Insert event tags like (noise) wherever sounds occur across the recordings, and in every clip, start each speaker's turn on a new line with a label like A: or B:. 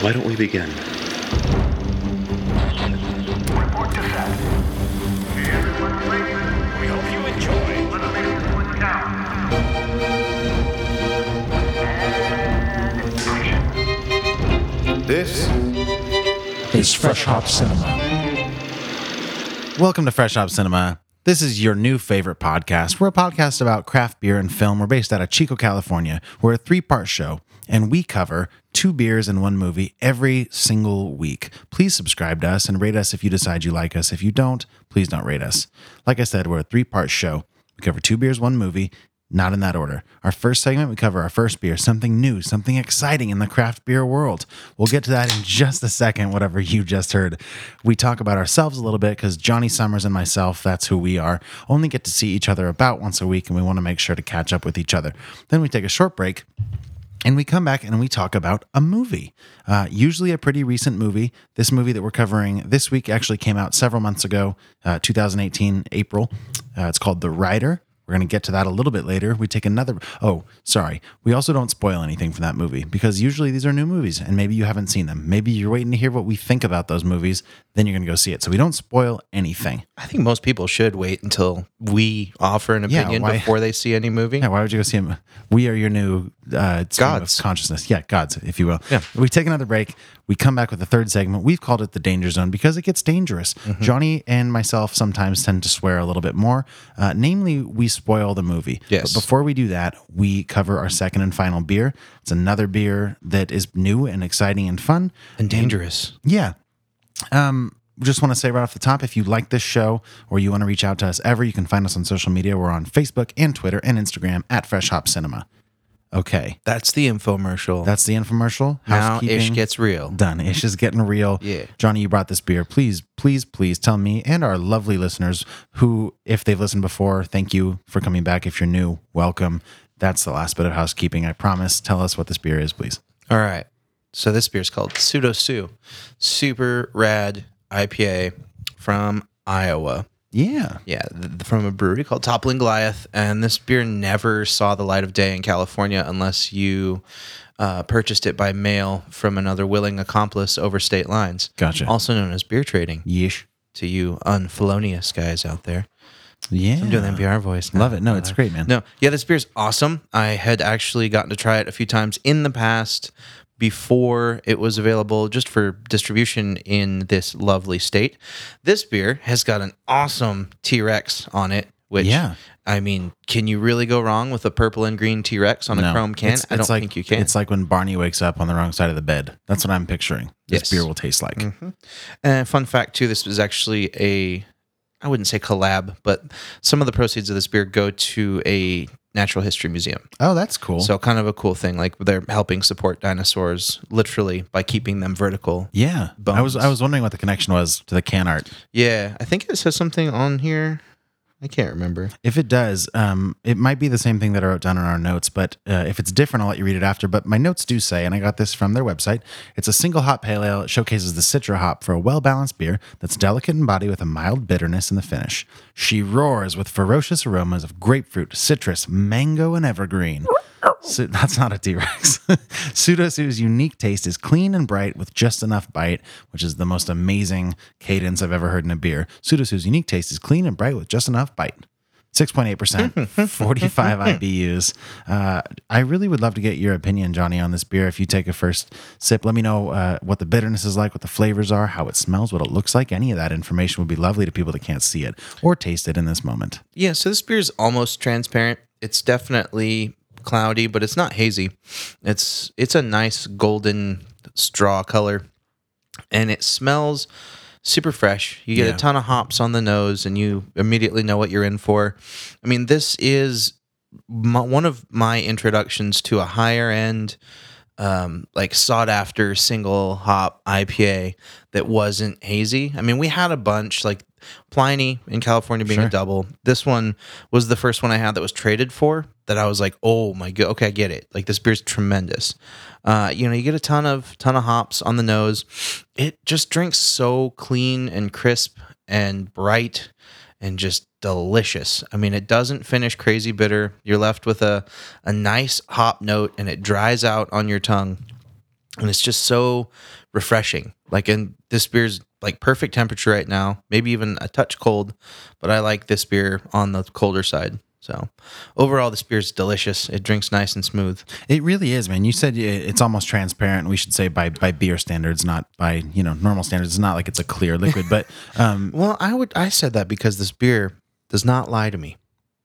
A: Why don't we begin?
B: Report to set. Hey, everyone, please. We hope you enjoy. Let us make this one count. And action.
C: This
D: is Fresh Hop Cinema.
E: Welcome to Fresh Hop Cinema. This is your new favorite podcast. We're a podcast about craft beer and film. We're based out of Chico, California. We're a three part show, and we cover two beers and one movie every single week. Please subscribe to us and rate us if you decide you like us. If you don't, please don't rate us. Like I said, we're a three part show. We cover two beers, one movie, not in that order. Our first segment, we cover our first beer, something new, something exciting in the craft beer world. We'll get to that in just a second, whatever you just heard. We talk about ourselves a little bit because Johnny Summers and myself, that's who we are, only get to see each other about once a week, and we want to make sure to catch up with each other. Then we take a short break. And we come back and we talk about a movie, uh, usually a pretty recent movie. This movie that we're covering this week actually came out several months ago, uh, 2018, April. Uh, it's called The Rider. We're going to get to that a little bit later. We take another. Oh, sorry. We also don't spoil anything from that movie because usually these are new movies and maybe you haven't seen them. Maybe you're waiting to hear what we think about those movies. Then you're going to go see it. So we don't spoil anything.
F: I think most people should wait until we offer an
E: Yeah,
F: opinion
E: why-
F: before they see any movie.
E: Yeah, why would you go see him? We are your new uh, stream of
F: Gods.
E: consciousness. Yeah, gods, if you will.
F: Yeah.
E: We take another break. We come back with the third segment. We've called it the danger zone because it gets dangerous.
F: Mm-hmm.
E: Johnny and myself sometimes tend to swear a little bit more. Uh, namely, we spoil the movie.
F: Yes.
E: But before we do that, we cover our second and final beer. It's another beer that is new and exciting and fun.
F: And dangerous.
E: Yeah. Um, just want to say right off the top if you like this show or you want to reach out to us ever, you can find us on social media. We're on Facebook and Twitter and Instagram at Fresh Hop Cinema. Okay.
F: That's the infomercial.
E: That's the infomercial.
F: now
E: Housekeeping
F: ish gets real.
E: done. Ish is getting real.
F: Yeah.
E: Johnny, you brought this beer. Please, please, please tell me and our lovely listeners who, if they've listened before, thank you for coming back. If you're new, welcome. That's the last bit of housekeeping. I promise. Tell us what this beer is, please.
F: All right. So this beer is called Pseudo Sue, super rad IPA from Iowa.
E: Yeah.
F: Yeah, th- th- from a brewery called Toppling Goliath, and this beer never saw the light of day in California unless you uh, purchased it by mail from another willing accomplice over state lines.
E: Gotcha.
F: Also known as beer trading.
E: Yeesh.
F: to you unfelonious guys out there.
E: Yeah.
F: I'm doing the NPR voice. now.
E: Love it. No, it's great, man.
F: No, yeah, this beer's awesome. I had actually gotten to try it a few times in the past before it was available just for distribution in this lovely state. This beer has got an awesome T Rex on it, which,
E: Yeah.
F: I mean, can you really go wrong with a purple and green T Rex on a chrome can?
E: It's,
F: I don't
E: it's like,
F: think you can.
E: It's like when Barney wakes up on the wrong side of the bed. That's what I'm picturing. This
F: Yes. Mm.
E: beer will taste like.
F: And fun fact too, this was actually a I wouldn't say collab, but some of the proceeds of this beer go to a natural history museum.
E: Oh, that's cool.
F: So kind of a cool thing. Like they're helping support dinosaurs literally by keeping them vertical.
E: yeah, I was
F: Bones.
E: I was wondering what the connection was to the can art.
F: Yeah, I think it says something on here. I can't remember.
E: If it does, um, it might be the same thing that I wrote down in our notes. But uh, if it's different, I'll let you read it after. But my notes do say, and I got this from their website. It's a single hop pale ale. It showcases the Citra hop for a well balanced beer that's delicate in body with a mild bitterness in the finish. She roars with ferocious aromas of grapefruit, citrus, mango, and evergreen. Su- that's not a T (laughs) Rex. Sudosu's unique taste is clean and bright with just enough bite, which is the most amazing cadence I've ever heard in a beer. Sudosu's unique taste is clean and bright with just enough bite. (laughs) 6.8%, (laughs) 45 IBUs. Uh, I really would love to get your opinion, Johnny, on this beer. If you take a first sip, let me know uh, what the bitterness is like, what the flavors are, how it smells, what it looks like. Any of that information would be lovely to people that can't see it or taste it in this moment.
F: Yeah, so this beer is almost transparent. It's definitely cloudy, but it's not hazy. It's it's a nice golden straw color, and it smells super fresh. You get
E: Yeah.
F: a ton of hops on the nose, and you immediately know what you're in for. I mean, this is my, one of my introductions to a higher end um, like sought after single hop IPA that wasn't hazy. I mean, we had a bunch like Pliny in California being
E: Sure.
F: a double. This one was the first one I had that was traded for that I was like, oh my god, okay, I get it. Like this beer's tremendous. Uh, you know, you get a ton of ton of hops on the nose. It just drinks so clean and crisp and bright and just delicious. I mean, it doesn't finish crazy bitter. You're left with a, a nice hop note and it dries out on your tongue. and it's just so refreshing. Like, and this beer's like perfect temperature right now, maybe even a touch cold, but I like this beer on the colder side. So, overall, this beer's delicious. It drinks nice and smooth.
E: It really is, man. You said i- it's almost transparent. We should say by by beer standards, not by you know normal standards. It's not like it's a clear liquid. But (laughs) um,
F: Well, I would I said that because this beer does not lie to me.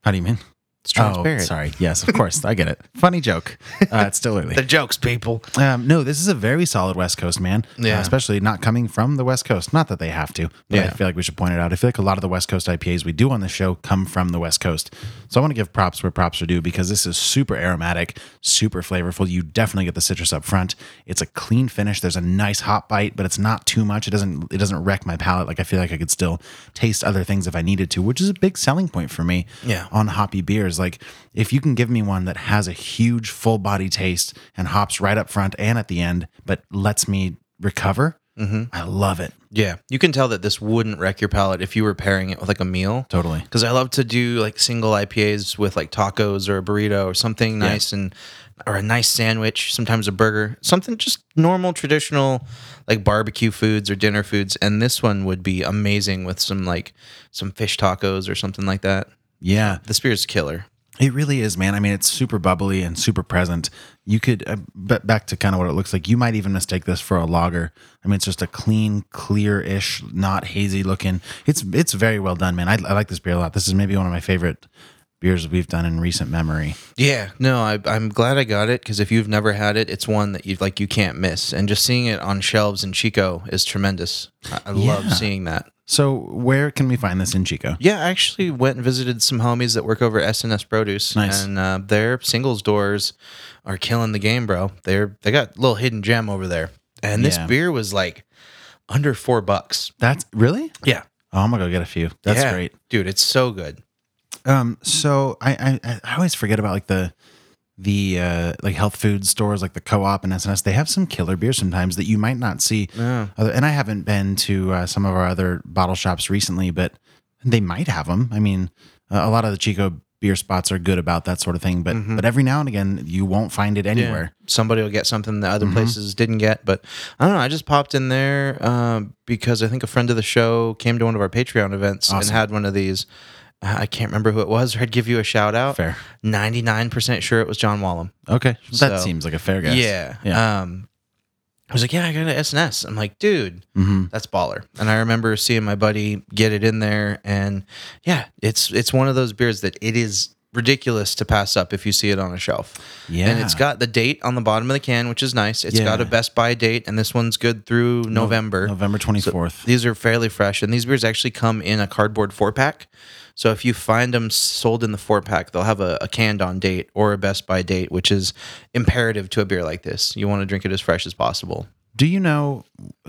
E: how do you mean?
F: It's transparent.
E: Oh, sorry. Yes, of course. I get (laughs) it. Funny joke. Uh, it's still early.
F: (laughs) The jokes, people.
E: Um, no, this is a very solid West Coast, man. Uh,
F: Yeah.
E: especially not coming from the West Coast. Not that they have to, but I
F: Yeah.
E: feel like we should point it out. I feel like a lot of the West Coast IPAs we do on the show come from the West Coast. So I want to give props where props are due because this is super aromatic, super flavorful. You definitely get the citrus up front. It's a clean finish. There's a nice hop bite, but it's not too much. It doesn't it doesn't wreck my palate. Like I feel like I could still taste other things if I needed to, which is a big selling point for me
F: Yeah.
E: on hoppy beers. Like if you can give me one that has a huge full body taste and hops right up front and at the end, but lets me recover, I love it.
F: Yeah, you can tell that this wouldn't wreck your palate if you were pairing it with like a meal.
E: Totally.
F: Because I love to do like single IPAs with like tacos or a burrito or something nice and or a nice sandwich, sometimes a burger, something just normal traditional like barbecue foods or dinner foods. And this one would be amazing with some like some fish tacos or something like that.
E: Yeah.
F: The spirit's killer.
E: It really is, man. I mean, it's super bubbly and super present. You could, uh, but back to kind of what it looks like, you might even mistake this for a lager. I mean, it's just a clean, clear-ish, not hazy looking. It's it's very well done, man. I, I like this beer a lot. This is maybe one of my favorite beers we've done in recent memory.
F: Yeah, no, I, I'm glad I got it because if you've never had it, it's one that you like you can't miss. And just seeing it on shelves in Chico is tremendous. I, I love seeing that.
E: So, where can we find this in Chico?
F: Yeah, I actually went and visited some homies that work over at SNS Produce.
E: Nice.
F: And uh, their singles doors are killing the game, bro. They're they got a little hidden gem over there. And this
E: Yeah.
F: beer was like under four bucks.
E: That's really.
F: Yeah.
E: Oh, I'm gonna go get a few. That's great.
F: Dude, it's so good.
E: Um, so I, I I always forget about like the the uh like health food stores like the co-op and SNS. They have some killer beers sometimes that you might not see. Other, and I haven't been to uh, some of our other bottle shops recently, but they might have them. I mean, uh, a lot of the Chico beer spots are good about that sort of thing, but
F: Mm-hmm.
E: but every now and again you won't find it anywhere. Mm-hmm.
F: Somebody will get something that other places didn't get. But I don't know. I just popped in there um, because I think a friend of the show came to one of our Patreon events and had one of these. Uh, I can't remember who it was, or I'd give you a shout out.
E: Fair.
F: 99% sure it was John Wallum.
E: Okay, that
F: So-
E: seems like a fair guess.
F: Yeah.
E: yeah.
F: Um, I was like, yeah, I got an SNS. I'm like, dude,
E: Mm-hmm.
F: that's baller. And I remember seeing my buddy get it in there, and yeah, it's it's one of those beers that it is ridiculous to pass up if you see it on a shelf. And it's
E: Yeah.
F: got the date on the bottom of the can, which is nice. It's got
E: Yeah.
F: a Best Buy date, and this one's good through November.
E: November twenty fourth.
F: These are fairly fresh, and these beers actually come in a cardboard four pack. So if you find them sold in the four pack, they'll have a, a canned on date or a Best Buy date, which is imperative to a beer like this. You want to drink it as fresh as possible.
E: Do you know?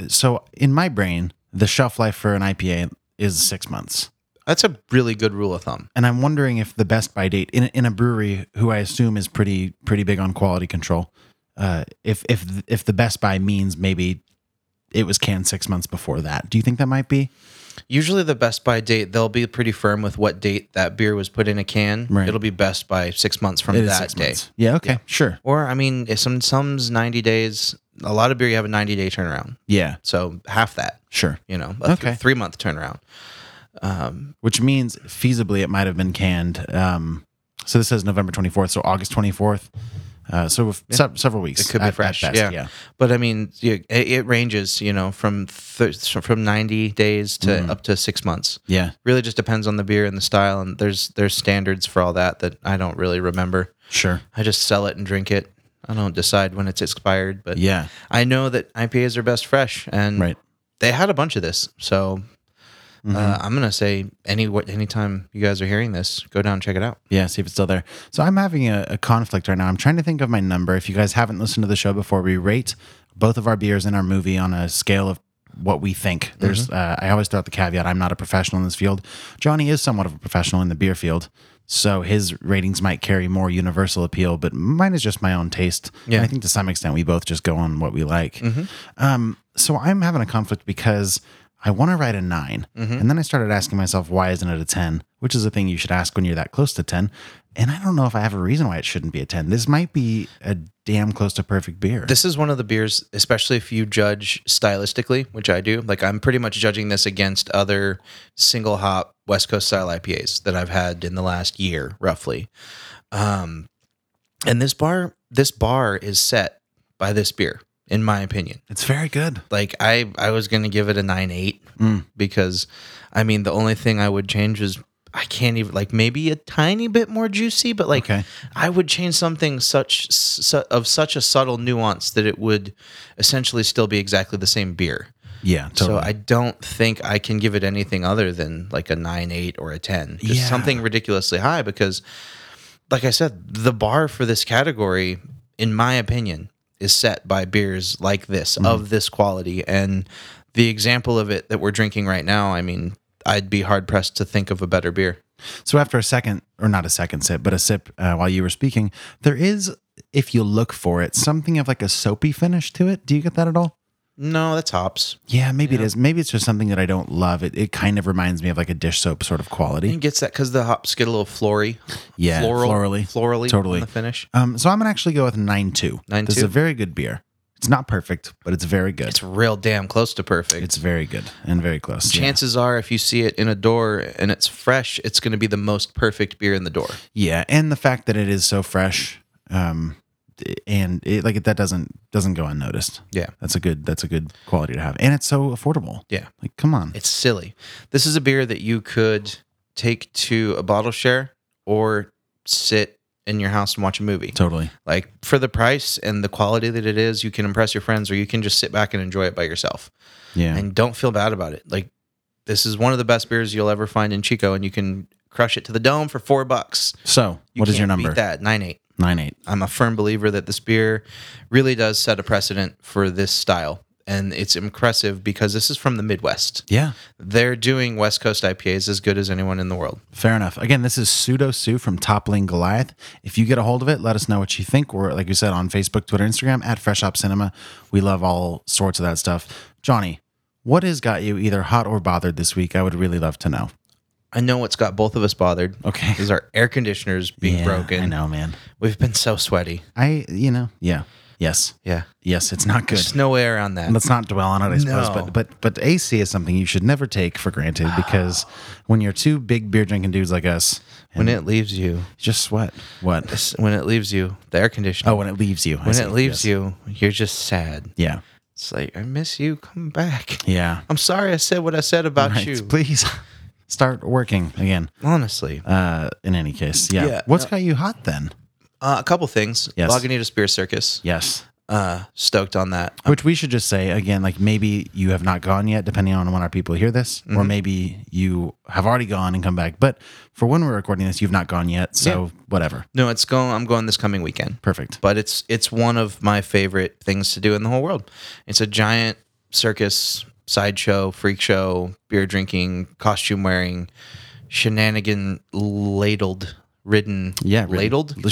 E: So in my brain, the shelf life for an IPA is six months,
F: That's a really good rule of thumb.
E: and I'm wondering if the best by date in in a brewery who I assume is pretty pretty big on quality control, uh, if if if the best by means maybe it was canned six months before that. Do you think that might be?
F: Usually, the Best Buy date, they'll be pretty firm with what date that beer was put in a can.
E: Right.
F: It'll be best by six months from
E: It is
F: that day.
E: months. Yeah. Okay. Sure.
F: Or, I mean, if some some's 90 days, a lot of beer you have a 90 day turnaround.
E: Yeah.
F: So, half that,
E: Sure.
F: you know, a
E: Okay.
F: three month turnaround.
E: Which means feasibly it might have been canned. Um, so this says November 24th, so August 24th. Uh, so with se- several weeks.
F: It could be
E: at- at
F: fresh.
E: best,
F: yeah.
E: yeah.
F: But I mean, yeah, it, it ranges, you know, from th- from 90 days to up to six months.
E: Mm-hmm. Yeah.
F: Really just depends on the beer and the style. And there's, there's standards for all that that I don't really remember.
E: Sure.
F: I just sell it and drink it. I don't decide when it's expired, but
E: Yeah.
F: I know that IPAs are best fresh, and
E: Right. Mm-hmm.
F: they had a bunch of this. So uh, I'm gonna say any what anytime you guys are hearing this, go down and check it out.
E: Yeah, see if it's still there. So I'm having a, a conflict right now. I'm trying to think of my number. If you guys haven't listened to the show before, we rate both of our beers and our movie on a scale of what we think. There's, uh, I always throw out the caveat: I'm not a professional in this field. Johnny is somewhat of a professional in the beer field, so his ratings might carry more universal appeal. But mine is just my own taste.
F: Yeah.
E: And I think to some extent we both just go on what we like. Um, so I'm having a conflict because I want to write a 9 And then I started asking myself, why isn't it a 10? Which is a thing you should ask when you're that close to 10. And I don't know if I have a reason why it shouldn't be a 10. This might be a damn close to perfect beer.
F: This is one of the beers, especially if you judge stylistically, which I do. Like I'm pretty much judging this against other single hop West Coast style IPAs that I've had in the last year, roughly. Um, and this bar, this bar is set by this beer, in my opinion.
E: it's very good.
F: Like I, I was gonna give it a nine eight because, I mean, the only thing I would change is I can't even like maybe a tiny bit more juicy, but like
E: Okay.
F: I would change something such su- of such a subtle nuance that it would essentially still be exactly the same beer.
E: Yeah, totally.
F: So I don't think I can give it anything other than like a nine eight or a ten, just
E: Yeah.
F: something ridiculously high because, like I said, the bar for this category, in my opinion, is set by beers like this
E: Mm-hmm.
F: of this quality and the example of it that we're drinking right now. I mean, I'd be hard pressed to think of a better beer.
E: So after a second, or not a second sip, but a sip uh, while you were speaking, there is, if you look for it, something of like a soapy finish to it. Do you get that at all?
F: No, that's hops.
E: Yeah, maybe it is. Maybe it's just something that I don't love. It, it kind of reminds me of like a dish soap sort of quality.
F: It gets that because the hops get a little flory,
E: Yeah,
F: floral,
E: florally.
F: florally,
E: Totally.
F: on the finish.
E: Um, so I'm gonna actually go with nine two.
F: 9.2?
E: This is a very good beer. It's not perfect, but it's very good.
F: It's
E: It's,
F: real damn close to perfect.
E: very good and very close. Yeah.
F: chances are if you see it in a door and it's fresh it's going to be the most perfect beer in the door
E: Yeah, and the fact that it is so fresh, um, and it, like that doesn't doesn't go unnoticed.
F: Yeah.
E: that's a good that's a good quality to have, and it's so affordable.
F: Yeah.
E: like come on,
F: it's silly this is a beer that you could take to a bottle share or sit in your house and watch a movie
E: totally.
F: like for the price and the quality that it is you can impress your friends or you can just sit back and enjoy it by yourself
E: Yeah,
F: and don't feel bad about it like this is one of the best beers you'll ever find in chico and you can crush it to the dome for four bucks
E: so
F: You
E: what is your
F: can't beat
E: number?
F: that nine eight
E: Nine eight.
F: I'm a firm believer that this beer really does set a precedent for this style. And it's impressive because this is from the Midwest.
E: Yeah,
F: They're doing West Coast IPAs as good as anyone in the world.
E: fair enough. Again, this is Pseudo Sue from Toppling Goliath. If you get a hold of it, let us know what you think. We're like you said on Facebook, Twitter, Instagram at Fresh Hop Cinema. We love all sorts of that stuff. Johnny, what has got you either hot or bothered this week? I would really love to know.
F: I know what's got both of us bothered.
E: Okay.
F: Is our air conditioners being broken.
E: I know, man.
F: We've been so sweaty.
E: I, you know, yeah, yes,
F: Yeah.
E: yes, it's not good.
F: (laughs) There's no way around that.
E: Let's not dwell on it, I suppose.
F: No.
E: But but but AC is something you should never take for
F: (sighs)
E: granted because when you're two big beer drinking dudes like us,
F: When it leaves you,
E: just sweat. What?
F: when it leaves you, the air conditioner.
E: Oh, when it leaves you. I
F: when
E: see.
F: it leaves
E: Yes.
F: you, you're just sad.
E: Yeah.
F: It's like, I miss you. Come back.
E: Yeah.
F: I'm sorry I said what I said about
E: Right.
F: you.
E: (laughs) Please start working again.
F: Honestly.
E: Uh, in any case, yeah.
F: Yeah.
E: What's got you hot then?
F: Uh, a couple things.
E: Yes.
F: Lagunitas Beer Circus.
E: Yes.
F: Uh, stoked on that.
E: Which we should just say again, like maybe you have not gone yet, depending on when our people hear this, or
F: Mm-hmm.
E: maybe you have already gone and come back. But for when we're recording this, you've not gone yet, so whatever.
F: No, it's going. I'm going this coming weekend.
E: Perfect.
F: But it's it's one of my favorite things to do in the whole world. It's a giant circus, sideshow, freak show, beer drinking, costume wearing, shenanigan ladled, ridden.
E: Yeah, ridden.
F: ladled.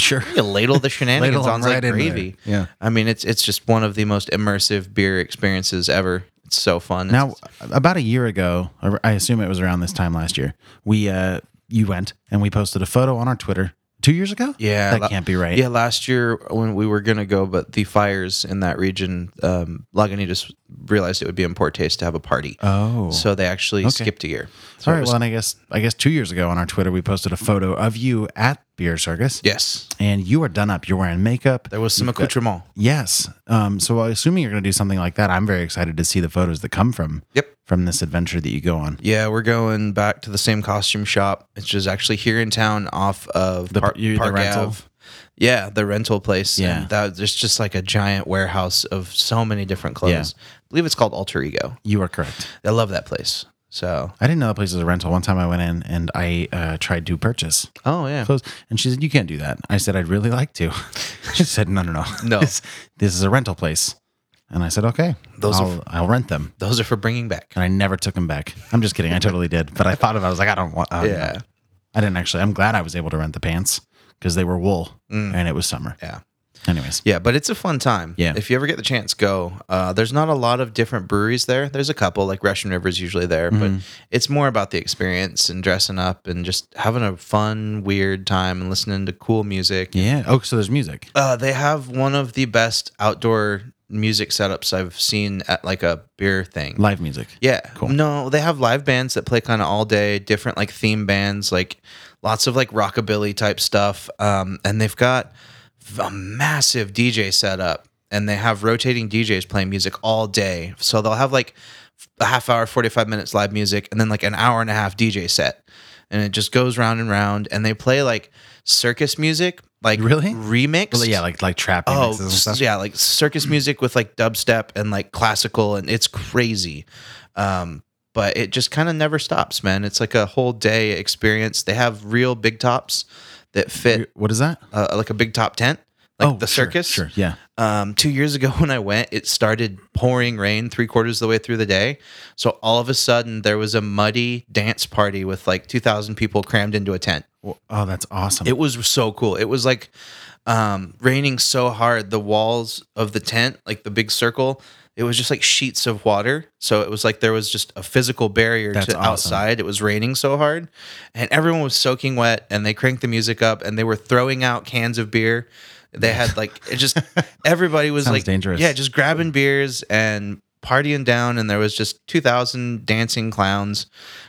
E: (laughs) Sure.
F: You ladle the shenanigans
E: Ladle 'em
F: on
E: right
F: like
E: in
F: gravy.
E: there. Yeah.
F: I mean, it's it's just one of the most immersive beer experiences ever. It's so fun.
E: Now,
F: It's-
E: about a year ago, or I assume it was around this time last year, we uh, you went and we posted a photo on our Twitter two years ago.
F: Yeah,
E: that
F: la-
E: can't be right.
F: Yeah, last year when we were gonna go, but the fires in that region, um, Lagunitas realized it would be in poor taste to have a party.
E: Oh.
F: so they actually skipped a year. So
E: All
F: it
E: right.
F: was-
E: Well, and I guess I guess two years ago on our Twitter we posted a photo of you at Beer Circus.
F: yes,
E: And you are done up. You're wearing makeup.
F: there was some
E: You've got-
F: accoutrement.
E: Yes. Um, so assuming you're going to do something like that, I'm very excited to see the photos that come from
F: Yep.
E: from this adventure that you go on.
F: Yeah, we're going back to the same costume shop, which is actually here in town off of
E: The-
F: Par-
E: you- the rental?
F: Ave. Yeah, the rental place.
E: Yeah.
F: and that there's just like a giant warehouse of so many different clothes. I believe it's called Alter Ego.
E: You are correct.
F: I love that place. So,
E: I didn't know that place was a rental. One time I went in and I uh, tried to purchase
F: oh yeah,
E: clothes, and she said, "You can't do that." I said, "I'd really like
F: (laughs)
E: to." she said, "No, no, no,
F: No.
E: (laughs) This, this is a rental place." And I said, "Okay,
F: Those are
E: I'll, I'll rent them."
F: those are for bringing back.
E: And I never took them back. I'm just kidding. I totally did, but I thought of it. I was like, "I don't want." Uh,
F: Yeah.
E: I didn't actually. I'm glad I was able to rent the pants because they were wool and it was summer.
F: Mm. Yeah.
E: Anyways,
F: Yeah, but it's a fun time.
E: Yeah.
F: If you ever get the chance, go. Uh, there's not a lot of different breweries there. There's a couple, like Russian River's usually there,
E: Mm-hmm.
F: but it's more about the experience and dressing up and just having a fun, weird time and listening to cool music.
E: yeah. Oh, so there's music.
F: Uh, they have one of the best outdoor music setups I've seen at like a beer thing.
E: Live music.
F: Yeah. No, they have live bands that play kind of all day, different like theme bands, like lots of like rockabilly type stuff. Um, and they've got a massive DJ setup and they have rotating DJs playing music all day. So they'll have like a half hour, 45 minutes live music, and then like an hour and a half DJ set. And it just goes round and round. And they play like circus music, like
E: Really?
F: remixed.
E: Well, yeah, like like trap remixes and stuff.
F: Oh, Yeah, like circus music with like dubstep and like classical, and it's crazy. Um, but it just kind of never stops, man. It's like a whole day experience. They have real big tops that fit
E: What is that?
F: uh, like a big top tent, like the
E: Oh, sure,
F: circus.
E: Sure, Yeah.
F: Um, two years ago (laughs) when I went, it started pouring rain three quarters of the way through the day. So all of a sudden, there was a muddy dance party with like two thousand people crammed into a tent.
E: Well, oh, that's awesome.
F: It was so cool. It was like um, raining so hard, the walls of the tent, like the big circle, it was just like sheets of water. So it was like there was just a physical barrier
E: That's
F: to
E: awesome.
F: outside. It was raining so hard, and everyone was soaking wet. And they cranked the music up, and they were throwing out cans of beer. They had like it just everybody
E: (laughs)
F: was
E: Sounds
F: like
E: dangerous.
F: Yeah, just grabbing beers and partying down, and there was just two thousand dancing clowns.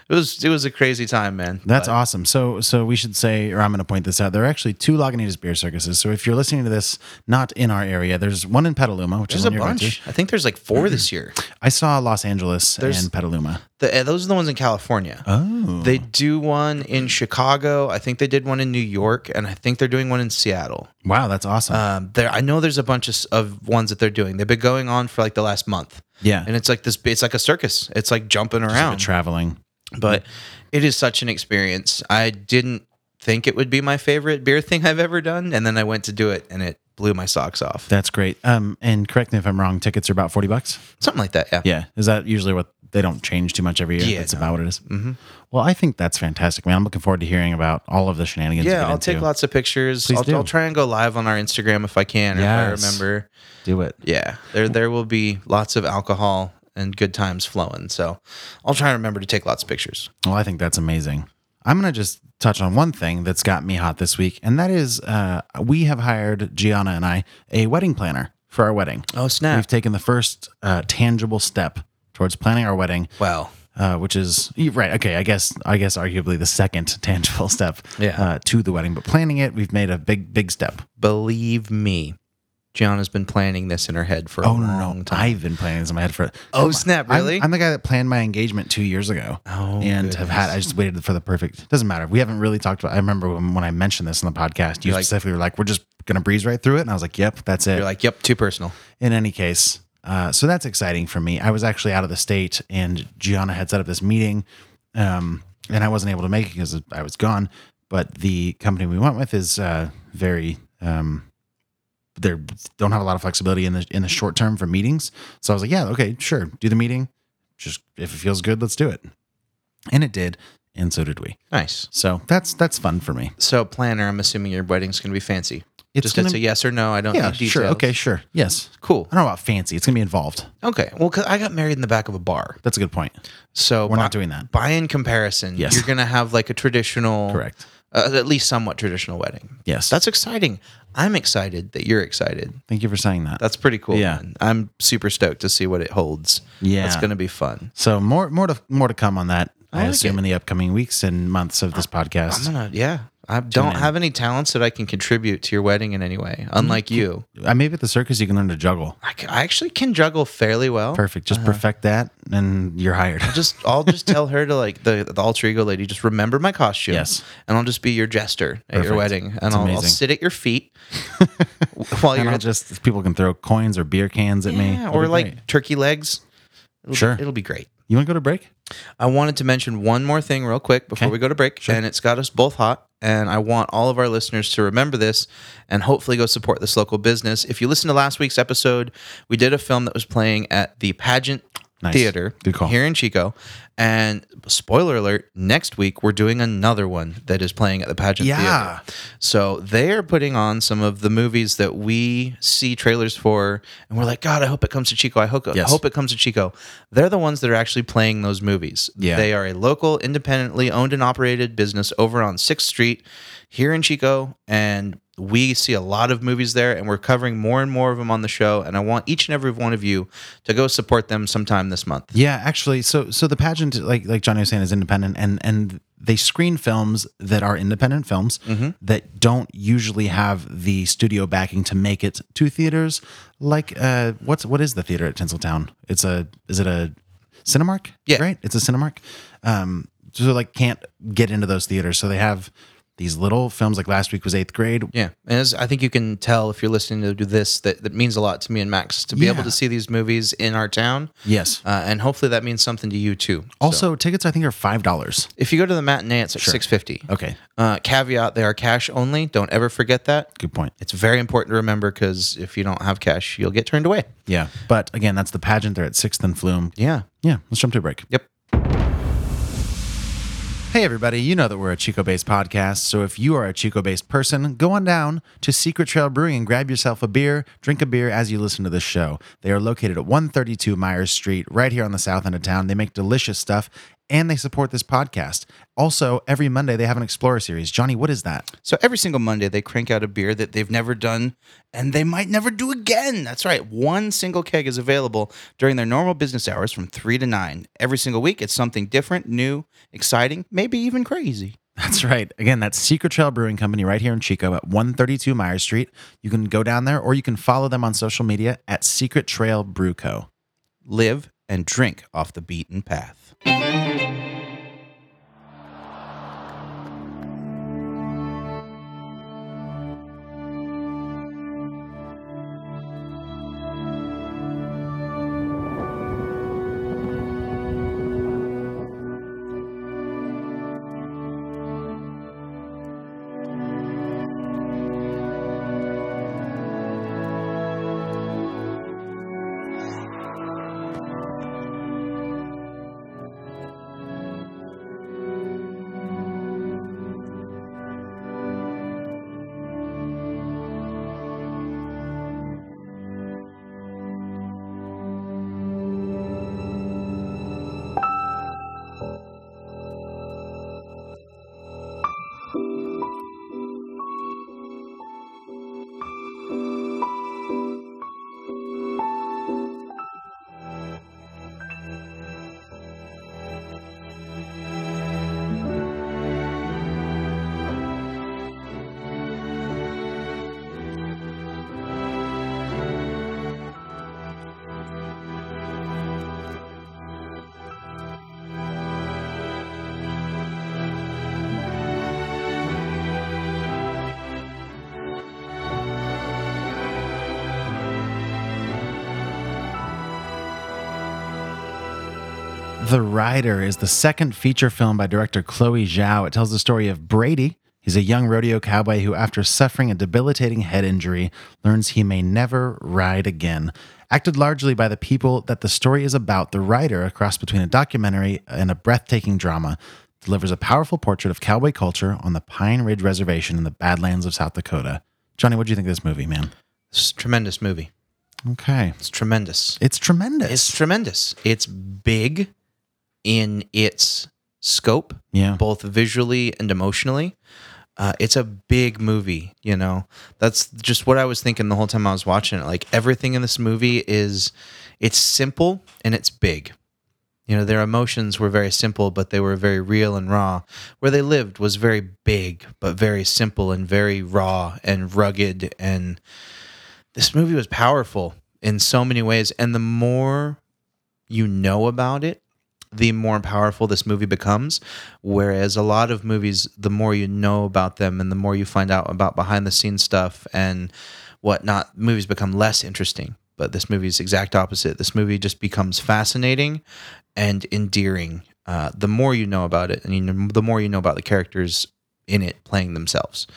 F: It was it was a crazy time, man.
E: That's
F: But-
E: awesome. So, so we should say, or I'm going to point this out. There are actually two Lagunitas beer circuses. So, if you're listening to this, not in our area, there's one in Petaluma, which
F: There's
E: is
F: a
E: one you're going
F: bunch.
E: to.
F: I think there's like four this year.
E: I saw Los Angeles
F: There's-
E: and Petaluma.
F: The, uh, those are the ones in California.
E: Oh,
F: They do one in Chicago. I think they did one in New York, and I think they're doing one in Seattle.
E: wow, that's awesome.
F: Um, there, I know there's a bunch of, s- of ones that they're doing. They've been going on for like the last month,
E: yeah,
F: and it's like this. It's like a circus. It's like jumping
E: Sort of
F: around,
E: traveling.
F: but it is such an experience. I didn't think it would be my favorite beer thing I've ever done, and then I went to do it, and it blew my socks off.
E: That's great. Um, and correct me if I'm wrong. Tickets are about forty bucks.
F: Something like that. Yeah.
E: Yeah, is that usually what they don't change too much every year?
F: Yeah,
E: that's
F: no.
E: about what it is.
F: Mm-hmm.
E: Well, I think that's fantastic, man. I'm looking forward to hearing about all of the shenanigans. you
F: Yeah,
E: get
F: I'll
E: into.
F: take lots of pictures.
E: Please
F: I'll,
E: do.
F: I'll try and go live on our Instagram if I can or
E: Yes.
F: if I remember.
E: Do it.
F: Yeah, there there will be lots of alcohol and good times flowing. So I'll try and remember to take lots of pictures.
E: Well, I think that's amazing. I'm going to just touch on one thing that's got me hot this week, and that is uh, we have hired Gianna and I a wedding planner for our wedding.
F: Oh
E: We've
F: snap!
E: taken the first uh, tangible step towards planning our wedding,
F: Well,
E: uh, which is you- right. Okay, I guess I guess arguably the second tangible (laughs) step
F: Yeah.
E: uh, to the wedding, but planning it, we've made a big big step.
F: believe me, Gianna's been planning this in her head for a
E: Oh no,
F: long
E: no,
F: time.
E: I've been planning this in my head for.
F: oh snap!
E: I'm-
F: Really?
E: I'm, the guy that planned my engagement two years ago.
F: Oh,
E: and have had. I
F: goodness.
E: just waited for the perfect. Doesn't matter. We haven't really talked about. I remember when, when I mentioned this in the podcast, you
F: You're like-
E: specifically were like, "We're just gonna breeze right through it," and I was like, "Yep, that's it."
F: You're like, yep, too personal.
E: in any case, uh, so that's exciting for me. I was actually out of the state, and Gianna had set up this meeting, um, and I wasn't able to make it because I was gone. But the company we went with is uh, very. Um, they don't have a lot of flexibility in the in the short term for meetings. So I was like, yeah, okay, sure, do the meeting. Just if it feels good, let's do it. And it did, and so did we.
F: Nice.
E: So that's that's fun for me.
F: So planner, I'm assuming your wedding's gonna be fancy.
E: It's
F: just
E: gonna-
F: it's a yes or no. I don't
E: Yeah,
F: need details.
E: sure, okay, sure, yes.
F: Cool.
E: I don't know about fancy. It's gonna be involved.
F: Okay. Well, 'cause I got married in the back of a bar,
E: That's a good point.
F: so
E: We're
F: by,
E: not doing that.
F: By in comparison,
E: Yes.
F: you're gonna have like a traditional,
E: Correct.
F: uh, at least somewhat traditional wedding.
E: Yes.
F: That's exciting. I'm excited that you're excited.
E: Thank you for saying that.
F: That's pretty cool.
E: Yeah.
F: man. I'm super stoked to see what it holds.
E: Yeah.
F: It's going to be fun.
E: so more more to more to come on that. I,
F: like
E: assume
F: it.
E: in the upcoming weeks and months of this
F: I'm
E: podcast.
F: going to, yeah. I don't
E: in.
F: have any talents that I can contribute to your wedding in any way, unlike you.
E: Uh, Maybe at the circus you can learn to juggle.
F: I, c- I actually can juggle fairly well.
E: Perfect. Just perfect that, and you're hired.
F: Just I'll just tell her to like the, the alter ego lady, just remember my costume.
E: Yes.
F: And I'll just be your jester at
E: Perfect.
F: your wedding. And
E: That's
F: I'll, I'll
E: amazing.
F: sit at
E: (laughs)
F: your feet while
E: and
F: you're
E: I'll
F: at the-
E: just people can throw coins or beer cans at me.
F: Yeah,
E: It'll
F: or
E: be
F: like
E: great.
F: turkey legs. It'll be-
E: Sure.
F: it'll be great.
E: you want to go to break?
F: I wanted to mention one more thing real quick before
E: Okay.
F: we go to break, and it's got us both hot. And I want all of our listeners to remember this and hopefully go support this local business. If you listen to last week's episode, we did a film that was playing at the pageant
E: Nice.
F: Theater
E: Good call.
F: here in Chico. And spoiler alert, next week we're doing another one that is playing at the pageant
E: Yeah.
F: theater. So they are putting on some of the movies that we see trailers for and we're like, God, I hope it comes to Chico. I hope,
E: Yes.
F: I hope it comes to Chico. They're the ones that are actually playing those movies.
E: Yeah.
F: They are a local, independently owned and operated business over on 6th Street here in Chico. And we see a lot of movies there, and we're covering more and more of them on the show. And I want each and every one of you to go support them sometime this month.
E: Yeah, actually, so so the pageant, like like Johnny was saying, is independent, and and they screen films that are independent films
F: Mm-hmm.
E: that don't usually have the studio backing to make it to theaters. Like, uh, what's what is the theater at Tinseltown? It's a is it a Cinemark?
F: Yeah.
E: right. It's a Cinemark. Um, so like can't get into those theaters, so they have these little films. Like last week was Eighth Grade.
F: Yeah, and as I think you can tell if you're listening to do this that that means a lot to me and Max to be able
E: Yeah.
F: to see these movies in our town.
E: Yes.
F: Uh, and hopefully that means something to you too.
E: also, tickets I think are five dollars.
F: If you go to the matinee, it's like six fifty.
E: Okay.
F: Uh, caveat: they are cash only. Don't ever forget that.
E: Good point.
F: It's very important to remember because if you don't have cash, you'll get turned away.
E: Yeah, but again, that's the pageant. They're at Sixth and Flume.
F: Yeah.
E: Yeah, let's jump to a break.
F: Yep.
E: Hey, everybody, you know that we're a Chico based podcast. So if you are a Chico based person, go on down to Secret Trail Brewing and grab yourself a beer, drink a beer as you listen to this show. They are located at 132 Myers Street, right here on the south end of town. They make delicious stuff and they support this podcast. Also, every Monday, they have an Explorer series. Johnny, what is that?
F: So every single Monday, they crank out a beer that they've never done and they might never do again. That's right. One single keg is available during their normal business hours from 3 to 9. Every single week, it's something different, new, exciting, maybe even crazy.
E: (laughs) That's right. Again, that's Secret Trail Brewing Company right here in Chico at 132 Myers Street. You can go down there or you can follow them on social media at Secret Trail Brew Co.
F: Live and drink off the beaten path.
E: The Rider is the second feature film by director Chloe Zhao. It tells the story of Brady. He's a young rodeo cowboy who, after suffering a debilitating head injury, learns he may never ride again. Acted largely by the people that the story is about, The Rider, a cross between a documentary and a breathtaking drama, delivers a powerful portrait of cowboy culture on the Pine Ridge Reservation in the Badlands of South Dakota. Johnny, what do you think of this movie, man?
F: It's a tremendous movie.
E: Okay.
F: It's tremendous.
E: It's tremendous.
F: It's tremendous. It's big in its scope,
E: Yeah.
F: both visually and emotionally. Uh, it's a big movie, you know. That's just what I was thinking the whole time I was watching it. Like everything in this movie is, it's simple and it's big. You know, their emotions were very simple, but they were very real and raw. Where they lived was very big, but very simple and very raw and rugged. And this movie was powerful in so many ways. And the more you know about it, the more powerful this movie becomes. Whereas a lot of movies, the more you know about them and the more you find out about behind the scenes stuff and whatnot, movies become less interesting. But this movie is exact opposite. This movie just becomes fascinating and endearing. Uh, the more you know about it, and you, the more you know about the characters in it playing themselves,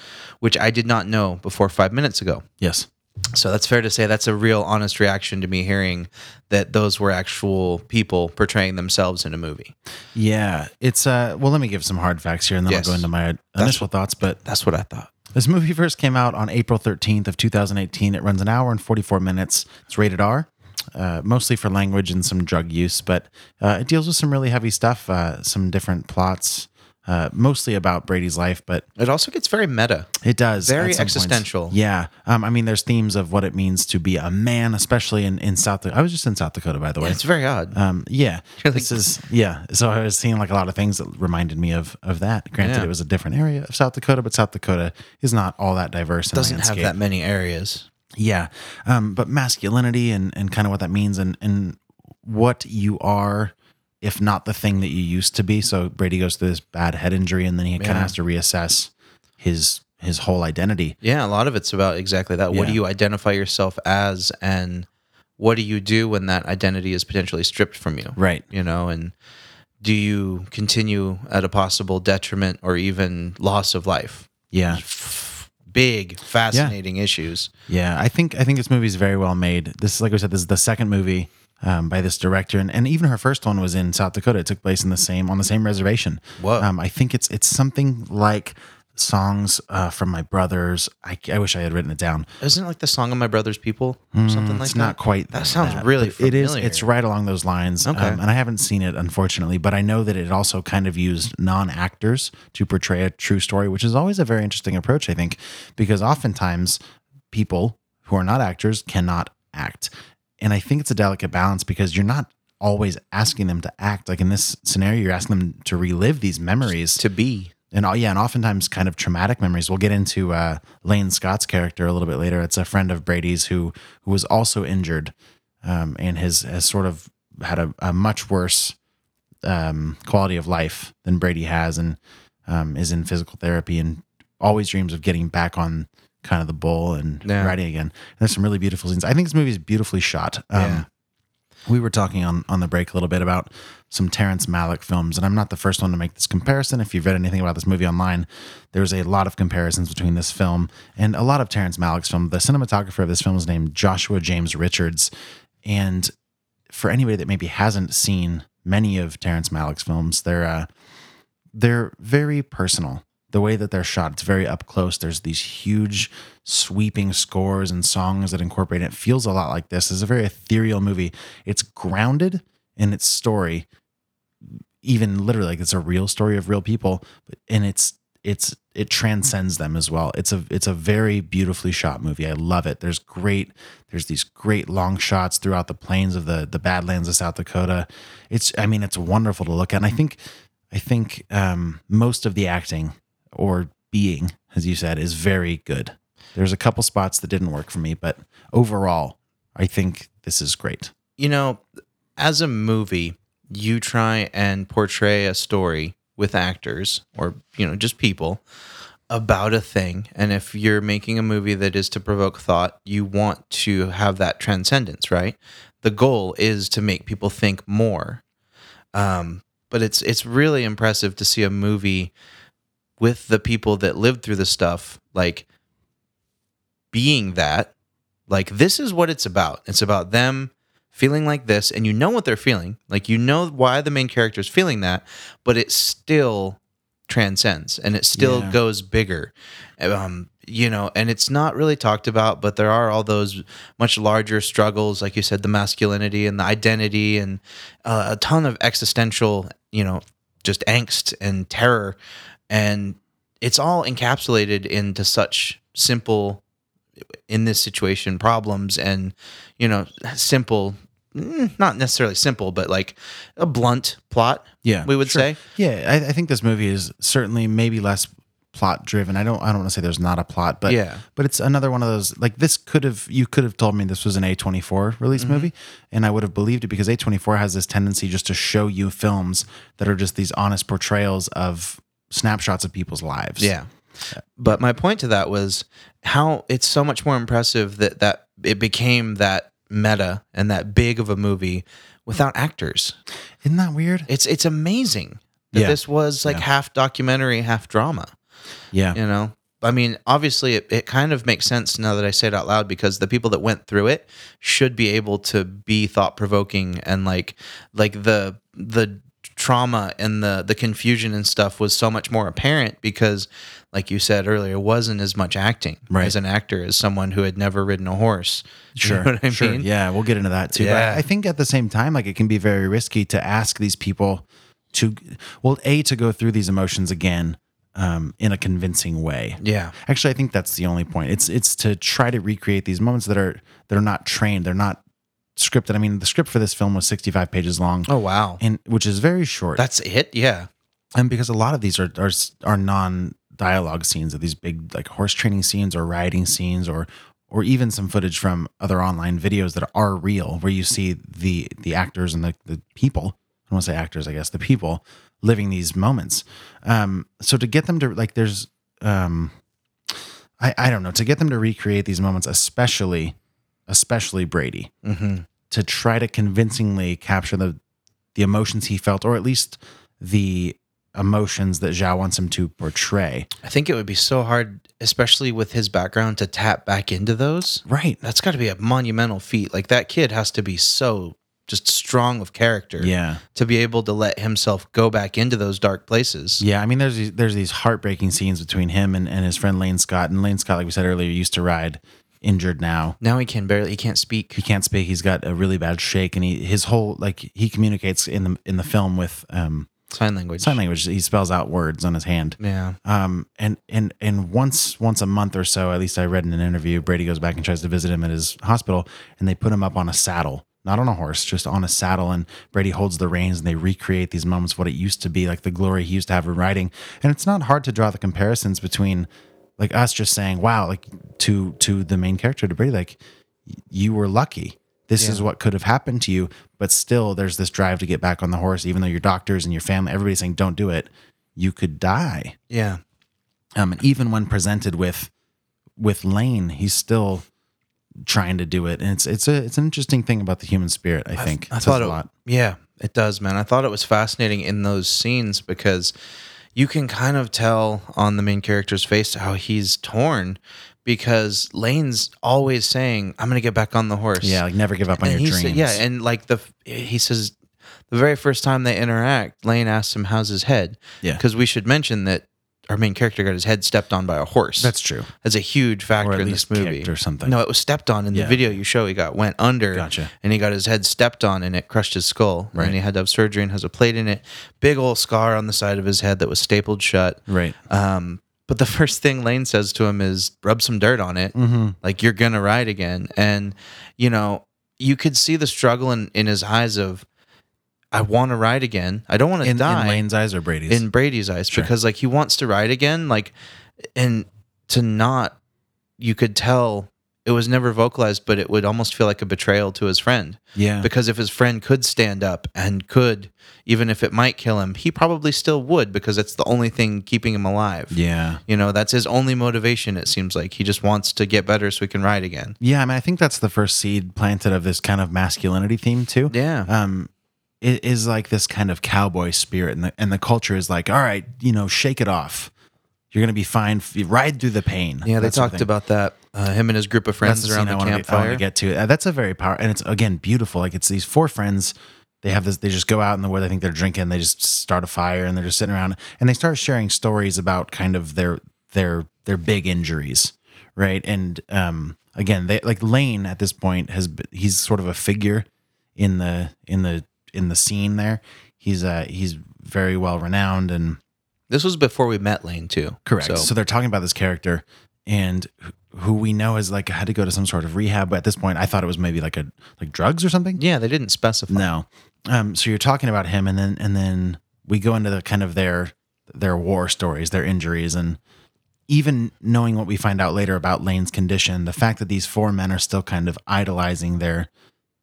F: which I did not know before five minutes ago.
E: Yes.
F: So that's fair to say that's a real honest reaction to me hearing that those were actual people portraying themselves in a movie.
E: Yeah, it's uh. Well, let me give some hard facts here, and then
F: Yes.
E: I'll go into my initial thoughts. But
F: That's what I thought.
E: this movie first came out on April 13th of 2018. It runs an hour and 44 minutes. It's rated R, uh, mostly for language and some drug use, but uh, it deals with some really heavy stuff, uh, some different plots, uh, mostly about Brady's life, but
F: It also gets very meta.
E: It does.
F: Very
E: at some points.
F: existential.
E: Yeah. Um, I mean, there's themes of what it means to be a man, especially in, in South Dakota. I was just in South Dakota, by the way.
F: It's very odd.
E: um, yeah.
F: (laughs) You're like-
E: this is, yeah. So I was seeing like a lot of things that reminded me of, of that. Granted,
F: Yeah.
E: it was a different area of South Dakota, but South Dakota is not all that diverse. In
F: doesn't have
E: landscape.
F: that many areas.
E: Yeah. Um, but masculinity and, and kind of what that means and, and what you are, if not the thing that you used to be. So Brady goes through this bad head injury and then he kind
F: Yeah.
E: of has to reassess his, his whole identity.
F: Yeah, a lot of it's about exactly that. What do
E: Yeah.
F: you identify yourself as and what do you do when that identity is potentially stripped from you?
E: Right.
F: You know, and do you continue at a possible detriment or even loss of life?
E: Yeah.
F: Big, fascinating issues.
E: Yeah, I think I think this movie is very well made. This is like we said, this is the second movie um, by this director, and, and even her first one was in South Dakota. It took place in the same on the same reservation.
F: Whoa.
E: Um, I think it's it's something like songs uh, from my brothers. I, I wish I had written it down.
F: Isn't it like the song of my brother's people? Something like
E: Mm, It's
F: that.
E: not quite.
F: That sounds really
E: but It is.
F: familiar.
E: It's right along those lines. um,
F: Okay.
E: and I haven't seen it unfortunately, but I know that it also kind of used non-actors to portray a true story, which is always a very interesting approach, I think, because oftentimes people who are not actors cannot act, and I think it's a delicate balance because you're not always asking them to act. Like in this scenario, you're asking them to relive these memories
F: to be.
E: and all, yeah, and oftentimes kind of traumatic memories. We'll get into uh, Lane Scott's character a little bit later. It's a friend of Brady's who who was also injured, um, and has has sort of had a, a much worse um, quality of life than Brady has, and um, is in physical therapy and always dreams of getting back on kind of the bull and
F: Yeah.
E: riding again. And there's some really beautiful scenes. I think this movie is beautifully shot. Um,
F: Yeah.
E: we were talking on, on the break a little bit about some Terrence Malick films, and I'm not the first one to make this comparison. If you've read anything about this movie online, there's a lot of comparisons between this film and a lot of Terrence Malick's film. The cinematographer of this film is named Joshua James Richards. And for anybody that maybe hasn't seen many of Terrence Malick's films, they're uh, they're very personal. The way that they're shot, it's very up close. There's these huge sweeping scores and songs that incorporate it. It feels a lot like this. It's a very ethereal movie. It's grounded in its story, even literally like it's a real story of real people, but and it's it's it transcends them as well. It's a it's a very beautifully shot movie. I love it. There's great there's these great long shots throughout the plains of the the Badlands of South Dakota. It's I mean it's wonderful to look at. And I think I think um, most of the acting or being, as you said, is very good. There's a couple spots that didn't work for me, but overall, I think this is great.
F: You know, as a movie, you try and portray a story with actors or, you know, just people about a thing. And if you're making a movie that is to provoke thought, you want to have that transcendence, right? The goal is to make people think more. Um, but it's it's really impressive to see a movie with the people that lived through the stuff, like being that, like this is what it's about. It's about them feeling like this, and you know what they're feeling. Like you know why the main character is feeling that, but it still transcends and it still
E: Yeah.
F: goes bigger. Um, you know, and it's not really talked about, but there are all those much larger struggles, like you said, the masculinity and the identity, and uh, a ton of existential, you know, just angst and terror, and it's all encapsulated into such simple in this situation problems and you know simple mm, not necessarily simple but like a blunt plot
E: Yeah,
F: we would
E: sure.
F: say
E: Yeah, I, I think this movie is certainly maybe less plot driven. I don't I don't want to say there's not a plot, but
F: Yeah.
E: but it's another one of those like this could have you could have told me this was an A24 release
F: Mm-hmm.
E: movie and I would have believed it because A24 has this tendency just to show you films that are just these honest portrayals of snapshots of people's lives.
F: Yeah. But my point to that was how it's so much more impressive that that it became that meta and that big of a movie without actors.
E: Isn't that weird?
F: It's it's amazing that
E: Yeah.
F: this was like half documentary, half drama,
E: yeah.
F: you know. I mean, obviously, it, it kind of makes sense now that I say it out loud because the people that went through it should be able to be thought provoking and like, like the the trauma and the the confusion and stuff was so much more apparent because, like you said earlier, it wasn't as much acting
E: Right.
F: as an actor as someone who had never ridden a horse. (laughs) You know what I
E: sure.
F: mean?
E: Yeah, we'll get into that too.
F: Yeah.
E: But I- I think at the same time, like it can be very risky to ask these people to, well, a to go through these emotions again um, in a convincing way.
F: yeah.
E: Actually, I think that's the only point. It's it's to try to recreate these moments that are that are not trained. They're not scripted. I mean, the script for this film was 65 pages long,
F: Oh wow,
E: and which is very short.
F: that's it. Yeah,
E: and because a lot of these are are, are non dialogue scenes of these big like horse training scenes or riding scenes or or even some footage from other online videos that are real where you see the the actors and the, the people i don't want to say actors i guess the people living these moments um so to get them to like there's um i i don't know to get them to recreate these moments especially especially brady
F: Mm-hmm.
E: to try to convincingly capture the the emotions he felt, or at least the emotions that Zhao wants him to portray.
F: I think it would be so hard, especially with his background, to tap back into those.
E: Right.
F: That's got to be a monumental feat. Like that kid has to be so just strong of character
E: Yeah.
F: to be able to let himself go back into those dark places.
E: Yeah. I mean, there's these, there's these heartbreaking scenes between him and, and his friend Lane Scott. And Lane Scott, like we said earlier, used to ride, injured now.
F: Now he can barely, he can't speak.
E: He can't speak. He's got a really bad shake, and he his whole like he communicates in the in the film with um,
F: Sign language.
E: sign language. He spells out words on his hand.
F: Yeah.
E: um, and and and once once a month or so, at least I read in an interview, Brady goes back and tries to visit him at his hospital, and they put him up on a saddle, not on a horse, just on a saddle, and Brady holds the reins, and they recreate these moments, what it used to be, like the glory he used to have in riding, and it's not hard to draw the comparisons between, like us just saying, wow, like to to the main character to Brady, like you were lucky. This is what could have happened to you, but still there's this drive to get back on the horse, even though your doctors and your family, everybody's saying, don't do it. You could die
F: Yeah.
E: um, and even when presented with with Lane, he's still trying to do it, and it's it's a it's an interesting thing about the human spirit. I think It
F: I
E: says
F: thought
E: a
F: it,
E: lot.
F: yeah, it does, man. I thought it was fascinating in those scenes because you can kind of tell on the main character's face how he's torn because Lane's always saying, "I'm gonna get back on the horse."
E: Yeah, like never give up on
F: and
E: your
F: he
E: dreams.
F: said, yeah, and like the he says the very first time they interact, Lane asks him how's his head.
E: Yeah.
F: because we should mention that our main character got his head stepped on by a horse.
E: that's true.
F: that's a huge factor
E: Or at
F: in
E: least
F: this movie
E: kicked or something.
F: No, it was stepped on in
E: Yeah.
F: the video you show. He got went under.
E: Gotcha.
F: And he got his head stepped on, and it crushed his skull.
E: Right.
F: And he had to have surgery and has a plate in it. Big old scar on the side of his head that was stapled shut.
E: Right.
F: Um, but the (laughs) first thing Lane says to him is, rub some dirt on it.
E: Mm-hmm.
F: Like, you're going to ride again. And, you know, you could see the struggle in, in his eyes of, I want to ride again. I don't want to
E: In, in
F: die
E: Lane's eyes or Brady's.
F: in Brady's eyes because like he wants to ride again, like and to not you could tell it was never vocalized, but it would almost feel like a betrayal to his friend.
E: yeah,
F: Because if his friend could stand up and could, even if it might kill him, he probably still would because that's the only thing keeping him alive.
E: yeah,
F: You know, that's his only motivation, it seems like. He just wants to get better so he can ride again.
E: yeah. I mean, I think that's the first seed planted of this kind of masculinity theme too.
F: Yeah.
E: um, it is like this kind of cowboy spirit, and the and the culture is like, all right, you know, shake it off. You're gonna be fine. F- Ride through the pain.
F: Yeah, they
E: That sort of
F: talked
E: thing.
F: about that. Uh, him and his group of friends
E: scene
F: around the
E: I wanna Get, I
F: campfire.
E: wanna get to Uh, that's a very powerful, and it's again beautiful. Like it's these four friends. They have this. They just go out in the woods. I think they're drinking. They just start a fire and they're just sitting around and they start sharing stories about kind of their their their big injuries, right? And um, again, they like Lane at this point has b- he's sort of a figure in the in the in the scene there. He's uh he's very well renowned and
F: this was before we met Lane too.
E: Correct.
F: So,
E: So, they're talking about this character and wh- who we know is like had to go to some sort of rehab, but at this point I thought it was maybe like a like drugs or something.
F: yeah, they didn't specify.
E: No. Um so you're talking about him and then and then we go into the kind of their their war stories, their injuries and even knowing what we find out later about Lane's condition, the fact that these four men are still kind of idolizing their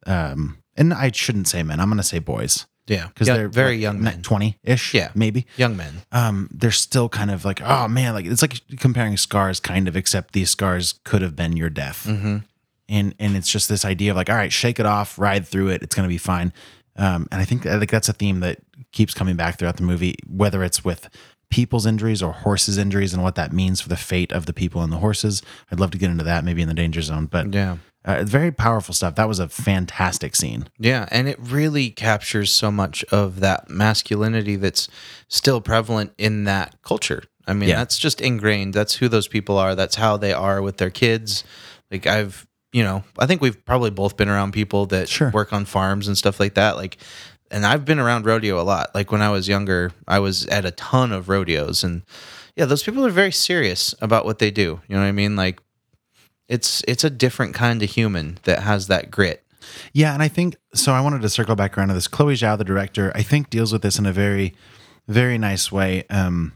E: um and I shouldn't say men, I'm going to say boys
F: Yeah,
E: because
F: Young-
E: they're
F: very
E: like,
F: young men.
E: 20-ish,
F: Yeah.
E: maybe
F: Young men.
E: um, they're still kind of like, oh man, like it's like comparing scars, kind of, except these scars could have been your death, and and it's just this idea of like, all right, shake it off, ride through it, it's gonna be fine. Um, and I think I think that's a theme that keeps coming back throughout the movie, whether it's with people's injuries or horses' injuries and what that means for the fate of the people and the horses. I'd love to get into that maybe in the danger zone, but
F: Yeah.
E: uh, very powerful stuff. That was a fantastic scene.
F: Yeah, and it really captures so much of that masculinity that's still prevalent in that culture. I mean,
E: Yeah.
F: that's just ingrained. That's who those people are. That's how they are with their kids. Like I've, you know, I think we've probably both been around people that
E: Sure.
F: work on farms and stuff like that. Like and I've been around rodeo a lot. Like when I was younger, I was at a ton of rodeos and yeah, those people are very serious about what they do. You know what I mean? Like it's it's a different kind of human that has that grit.
E: Yeah, and I think so. I wanted to circle back around to this. Chloe Zhao, the director, I think deals with this in a very, very nice way. Um,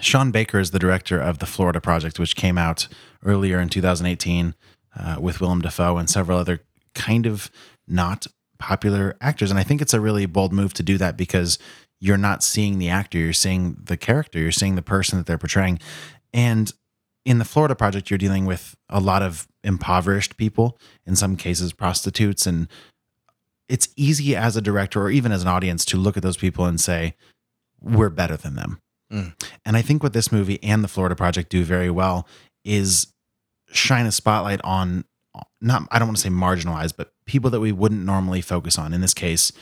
E: Sean Baker is the director of the Florida Project, which came out earlier in 2018 uh, with Willem Dafoe and several other kind of not popular actors. And I think it's a really bold move to do that because you're not seeing the actor, you're seeing the character, you're seeing the person that they're portraying. And in the Florida Project, you're dealing with a lot of impoverished people, in some cases, prostitutes. And it's easy as a director or even as an audience to look at those people and say, we're better than them.
F: Mm.
E: And I think what this movie and the Florida Project do very well is shine a spotlight on not I don't want to say marginalized, but people that we wouldn't normally focus on. In this case,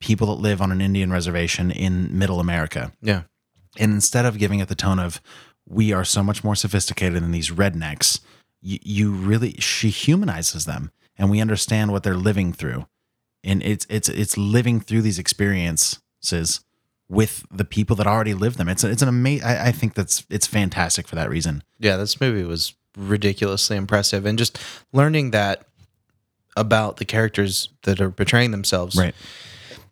E: people that live on an Indian reservation in middle America.
F: Yeah.
E: And instead of giving it the tone of we are so much more sophisticated than these rednecks, you, you really she humanizes them and we understand what they're living through. And it's it's it's living through these experiences with the people that already live them. It's it's an amazing. I, I think that's it's fantastic for that reason.
F: yeah, this movie was ridiculously impressive, and just learning that about the characters that are portraying themselves,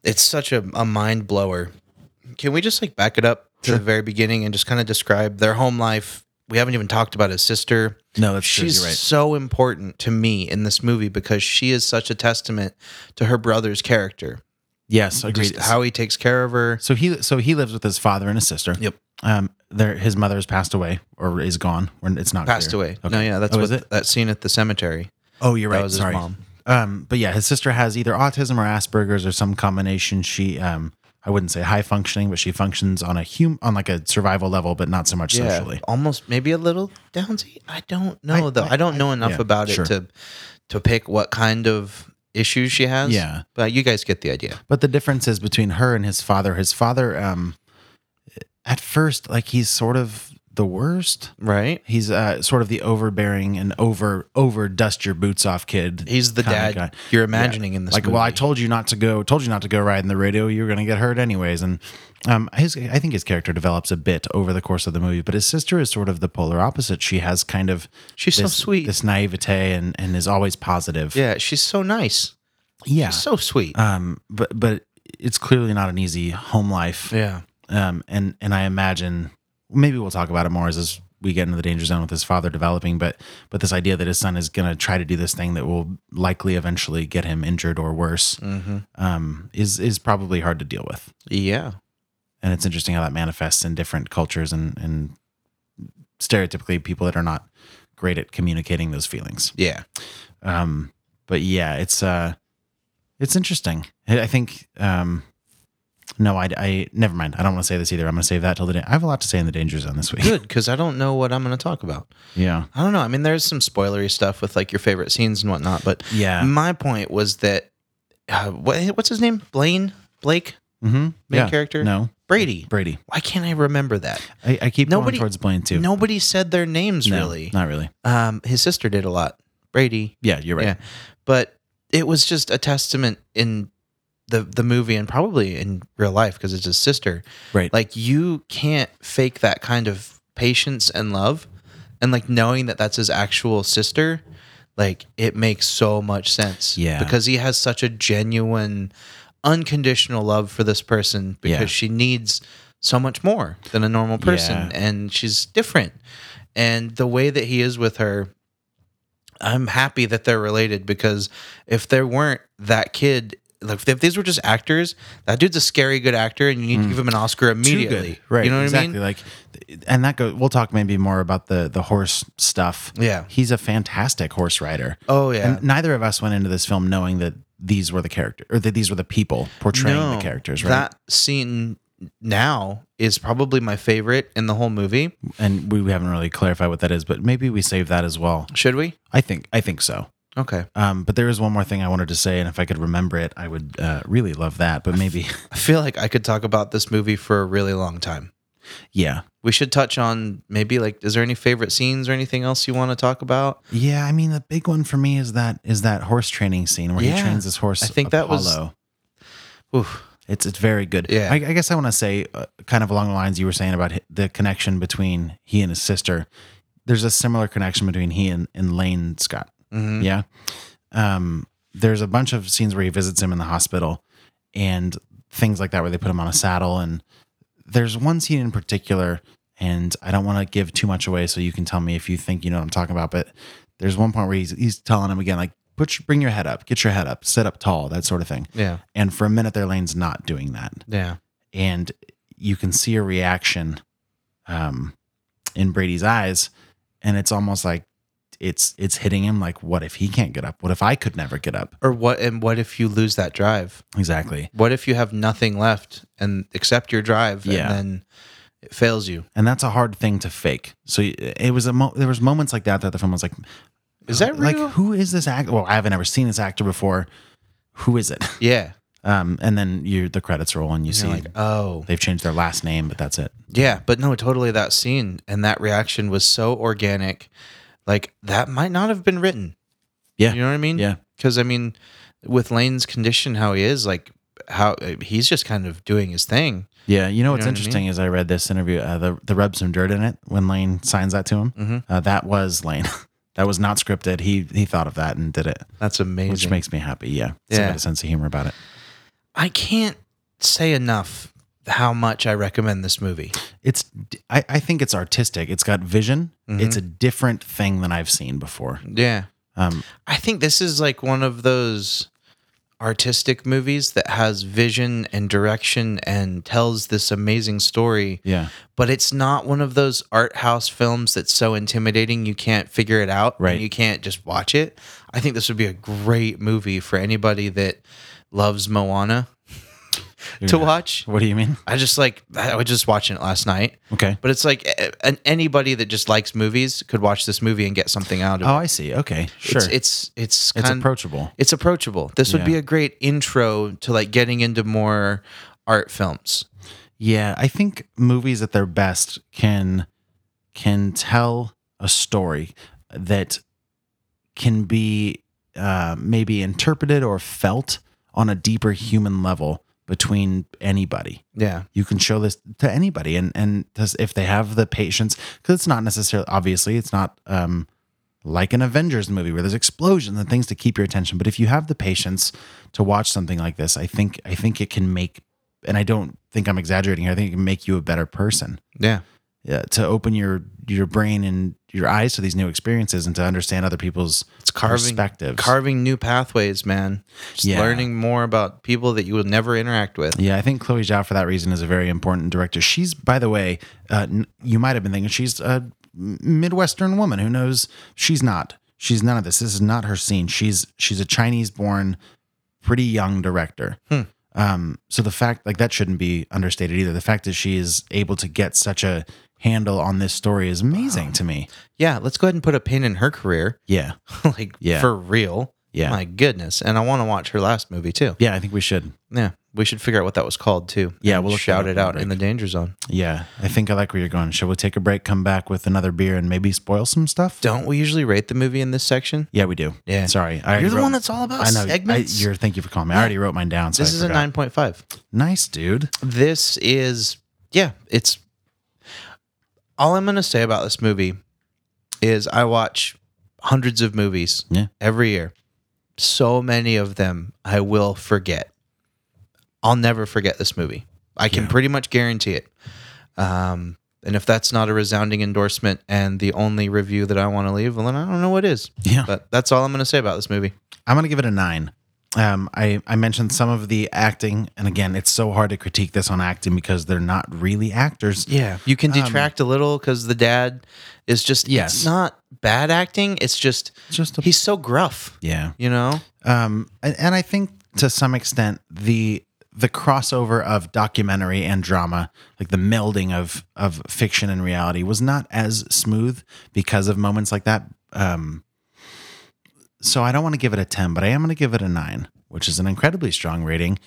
F: it's such a, a mind blower. Can we just like back it up to the very beginning and just kind of describe their home life? We haven't even talked about his sister.
E: No, that's true.
F: She's
E: You're right.
F: so important to me in this movie because she is such a testament to her brother's character.
E: Yes,
F: Just
E: agreed.
F: how he takes care of her.
E: So he so he lives with his father and his sister.
F: Yep.
E: Um, their his mother has passed away or is gone. Or it's not
F: Passed
E: clear.
F: away.
E: Okay.
F: No, yeah, that's
E: Oh,
F: what
E: is it?
F: that scene at the cemetery.
E: Oh, you're
F: That
E: right.
F: was his
E: Sorry.
F: mom.
E: Um, but yeah, his sister has either autism or Asperger's or some combination. She um, I wouldn't say high functioning, but she functions on a hum on like a survival level, but not so much socially.
F: Almost maybe a little downsy. I don't know
E: I-
F: though. I,
E: I-
F: don't know enough
E: yeah,
F: about
E: sure.
F: it to to pick what kind of issues she has.
E: Yeah.
F: But you guys get the idea.
E: But the difference is between her and his father. His father, um, at first, like he's sort of the worst.
F: Right?
E: He's uh, sort of the overbearing and over over dust your boots off kid.
F: He's the
E: kinda
F: dad
E: guy.
F: you're imagining in this
E: like,
F: movie.
E: well, I told you not to go. Told you not to go riding the radio. You were going to get hurt anyways. And um, his, I think his character develops a bit over the course of the movie. But his sister is sort of the polar opposite. She has kind of
F: She's so
E: this-
F: sweet.
E: this naivete, and and is always positive.
F: yeah, she's so nice.
E: yeah.
F: So sweet.
E: um, but but it's clearly not an easy home life.
F: yeah.
E: Um, and and I imagine maybe we'll talk about it more as this, we get into the danger zone with his father developing. But but this idea that his son is going to try to do this thing that will likely eventually get him injured or worse
F: hmm
E: um, is is probably hard to deal with.
F: Yeah.
E: And it's interesting how that manifests in different cultures and and stereotypically people that are not great at communicating those feelings. (laughs)
F: Yeah.
E: Um, but yeah, it's uh, it's interesting. I I think. Um, no, I, I never mind. I don't want to say this either. I'm going to save that till the day. I have a lot to say in the danger zone this week.
F: (laughs) Good, because I don't know what I'm gonna talk about.
E: Yeah,
F: I don't know. I mean, there's some spoilery stuff with like your favorite scenes and whatnot, but
E: yeah,
F: my point was that uh, what, what's his name? Blaine? Blake?
E: mm-hmm.
F: Main character?
E: No,
F: Brady.
E: Brady.
F: Why can't I remember that?
E: I, I keep
F: Nobody-
E: going towards Blaine too.
F: Nobody said their names
E: No,
F: really.
E: not really.
F: Um, his sister did a lot. Brady.
E: Yeah, you're right.
F: Yeah. But it was just a testament in the the movie and probably in real life because it's his sister.
E: Right.
F: Like you can't fake that kind of patience and love and like knowing that that's his actual sister like it makes so much sense
E: Yeah.
F: because he has such a genuine unconditional love for this person because
E: Yeah.
F: she needs so much more than a normal person
E: Yeah.
F: and she's different and the way that he is with her i'm happy that they're related because if there weren't that kid like if these were just actors that dude's a scary good actor and you need to give him an oscar
E: Mm. Too
F: immediately
E: good. Right.
F: you know what
E: exactly.
F: i mean
E: Like, and that goes. We'll talk maybe more about the the horse stuff.
F: Yeah.
E: he's a fantastic horse rider.
F: Oh, yeah.
E: And neither of us went into this film knowing that these were the character or that these were the people portraying
F: No,
E: the characters. Right.
F: That scene now is probably my favorite in the whole movie.
E: and we haven't really clarified what that is, but maybe we save that as well.
F: Should we?
E: I think I think so.
F: Okay.
E: Um, but there is one more thing I wanted to say, and if I could remember it, I would uh, really love that. But maybe, (laughs)
F: I feel like I could talk about this movie for a really long time.
E: yeah,
F: We should touch on maybe like is there any favorite scenes or anything else you want to talk about?
E: yeah. I mean, the big one for me is that is that horse training scene where he
F: Yeah.
E: trains his horse.
F: I think that was-
E: Apollo.
F: Oof.
E: It's it's very good.
F: Yeah.
E: I, I guess I want to say, uh, kind of along the lines you were saying about hi- the connection between he and his sister. There's a similar connection between he and, and Lane Scott.
F: Mhm.
E: Yeah. Um, there's a bunch of scenes where he visits him in the hospital and things like that where they put him on a saddle. And there's one scene in particular, and I don't want to give too much away, so you can tell me if you think you know what I'm talking about. But there's one point where he's he's telling him again, like, put your, bring your head up, get your head up, sit up tall, that sort of thing.
F: Yeah.
E: And for a minute there, Lane's not doing that
F: Yeah.
E: and you can see a reaction um, in Brady's eyes, and it's almost like it's it's hitting him like, what if he can't get up? What if I could never get up?
F: Or what and what if you lose that drive?
E: Exactly,
F: What if you have nothing left and accept your drive
E: Yeah.
F: and then it fails you?
E: and that's a hard thing to fake. So it was a mo- there was moments like that that the film was like,
F: Is that
E: like
F: real?
E: who is this actor? Well, I haven't ever seen this actor before. Who is it? (laughs)
F: Yeah.
E: Um, and then you the credits roll and you see
F: You're like, oh.
E: they've changed their last name, but that's it.
F: Yeah, but no, totally that scene and that reaction was so organic. Like that might not have been written.
E: Yeah.
F: You know what I mean?
E: Yeah.
F: Cuz I mean with Lane's condition how he is like how uh, he's just kind of doing his thing.
E: Yeah, you know what's
F: what I
E: interesting is I read this interview, uh, the the rub some dirt in it when Lane signs that to him.
F: Mm-hmm.
E: Uh, that was Lane. (laughs) that was not scripted. He he thought of that and did it,
F: That's amazing.
E: which makes me happy. Yeah, He's
F: Yeah.
E: got a sense of humor about it.
F: I can't say enough how much I recommend this movie.
E: It's d- I, I think it's artistic. It's got vision.
F: Mm-hmm.
E: It's a different thing than I've seen before.
F: Yeah.
E: Um,
F: I think this is like one of those artistic movies that has vision and direction and tells this amazing story.
E: yeah,
F: But it's not one of those art house films that's so intimidating you can't figure it out. and
E: Right.
F: you can't just watch it. I think this would be a great movie for anybody that loves Moana to watch.
E: What do you mean?
F: I just like I was just watching it last night.
E: Okay.
F: But it's like a- an, anybody that just likes movies could watch this movie and get something out of
E: Oh,
F: it.
E: I see. Okay, sure.
F: It's it's
E: It's
F: it's, kind-
E: approachable.
F: It's approachable. This would be
E: Yeah.
F: a great intro to like getting into more art films.
E: Yeah, I think movies at their best can can tell a story that can be uh, maybe interpreted or felt on a deeper human level between anybody.
F: Yeah.
E: You can show this to anybody, and and does, if they have the patience, because it's not necessarily obviously it's not um, like an Avengers movie where there's explosions and things to keep your attention. But if you have the patience to watch something like this, I think I think it can make, and I don't think I'm exaggerating here. I think it can make you a better person.
F: Yeah.
E: Yeah, to open your your brain and your eyes to these new experiences and to understand other people's
F: It's carving
E: perspectives.
F: carving new pathways, man. Just
E: Yeah.
F: learning more about people that you would never interact with.
E: Yeah, I think Chloe Zhao for that reason is a very important director. She's, by the way, uh, n- you might have been thinking she's a Midwestern woman who knows she's not. She's none of this. This is not her scene. She's she's a Chinese-born, pretty young director. Um, so the fact like that shouldn't be understated either. The fact that she is able to get such a handle on this story is amazing to me.
F: Yeah, let's go ahead and put a pin in her career. (laughs)
E: Yeah,
F: like
E: Yeah.
F: for real.
E: Yeah.
F: My goodness. And I want to watch her last movie too.
E: yeah, I think we should.
F: Yeah, we should figure out what that was called too.
E: Yeah,
F: And
E: we'll look
F: shout
E: that up
F: it
E: on
F: out in the danger zone.
E: Yeah, I think I like where you're going. Shall we take a break, come back with another beer, and maybe spoil some stuff?
F: Don't we usually rate the movie in this section?
E: Yeah, we do.
F: Yeah.
E: Sorry. I already
F: You're the
E: wrote-
F: one that's all about
E: I know.
F: segments.
E: I, you're, thank you for calling me. I already wrote mine down. So
F: This
E: I
F: is
E: forgot.
F: a nine point five.
E: Nice, dude.
F: This is yeah. It's all I'm gonna say about this movie is I watch hundreds of movies
E: Yeah.
F: every year. So many of them I will forget. I'll never forget this movie. I can pretty much guarantee it. Um, and if that's not a resounding endorsement and the only review that I want to leave, well, then I don't know what is.
E: Yeah.
F: But that's all I'm going to say about this movie.
E: I'm going to give it a nine. Um, I, I mentioned some of the acting. And again, it's so hard to critique this on acting because they're not really actors.
F: Yeah, you can detract a little because the dad is just.
E: Um, Yes.
F: it's not bad acting. It's just,
E: Just a-
F: he's so gruff.
E: Yeah.
F: you know.
E: Um, and, and I think to some extent the the crossover of documentary and drama, like the melding of of fiction and reality, was not as smooth because of moments like that. Um, so I don't want to give it a ten, but I am going to give it a nine, which is an incredibly strong rating.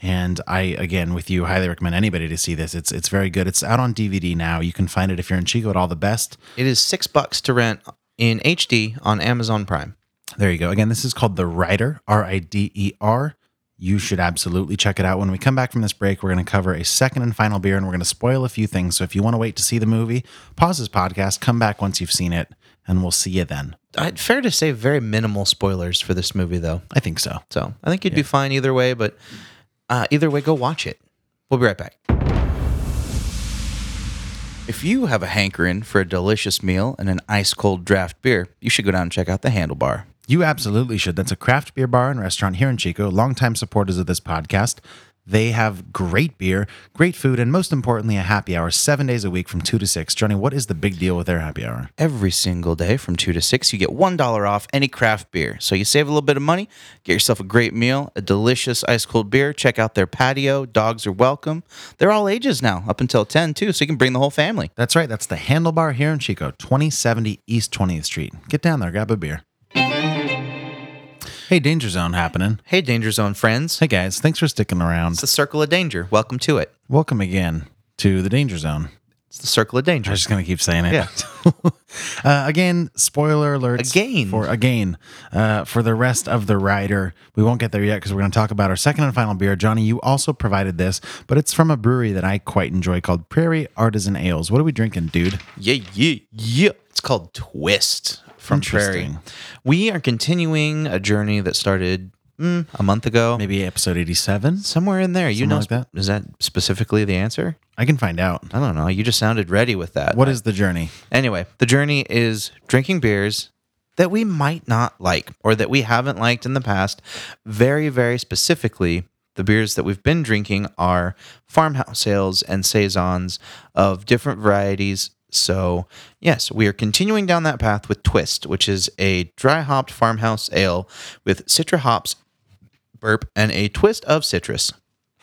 E: And I, again, with you, highly recommend anybody to see this. It's it's very good. It's out on DVD now. You can find it if you're in Chico at all the best.
F: It is six bucks to rent in HD on Amazon Prime.
E: There you go. Again, this is called The Rider, R I D E R. You should absolutely check it out. When we come back from this break, we're going to cover a second and final beer and we're going to spoil a few things. So if you want to wait to see the movie, pause this podcast, come back once you've seen it, and we'll see you then.
F: I, fair to say, very minimal spoilers for this movie, though.
E: I think so.
F: So I think you'd be fine either way, but uh, either way, go watch it. We'll be right back. If you have a hankering for a delicious meal and an ice cold draft beer, you should go down and check out the Handlebar.
E: You absolutely should. That's a craft beer bar and restaurant here in Chico, longtime supporters of this podcast. They have great beer, great food, and most importantly, a happy hour seven days a week from two to six. Johnny, what is the big deal with their happy hour?
F: Every single day from 2 to 6, you get $1 off any craft beer. So you save a little bit of money, get yourself a great meal, a delicious ice cold beer. Check out their patio. Dogs are welcome. They're all ages now, up until 10, too, so you can bring the whole family.
E: That's right. That's the Handlebar here in Chico, 2070 East 20th Street. Get down there, grab a beer. Hey, Danger Zone happening.
F: Hey, Danger Zone friends.
E: Hey, guys. Thanks for sticking around.
F: It's the circle of danger. Welcome to it.
E: Welcome again to the Danger Zone.
F: It's the circle of danger.
E: I'm just gonna keep saying it. (laughs) uh, again, spoiler alert.
F: Again.
E: For again, uh, for the rest of the rider, we won't get there yet because we're gonna talk about our second and final beer. Johnny, you also provided this, but it's from a brewery that I quite enjoy called Prairie Artisan Ales. What are we drinking, dude?
F: Yeah, yeah, yeah. It's called Twist from Prairie.
E: Interesting.
F: We are continuing a journey that started mm, a month ago,
E: Maybe episode 87.
F: somewhere in there. You
E: Something
F: know,
E: like that.
F: is that specifically the answer?
E: I can find out.
F: I don't know. You just sounded ready with that.
E: What is the journey?
F: Anyway, the journey is drinking beers that we might not like or that we haven't liked in the past. Very, very specifically, the beers that we've been drinking are farmhouse sales and saisons of different varieties. So, yes, we are continuing down that path with Twist, which is a dry hopped farmhouse ale with citra hops, burp, and a twist of citrus.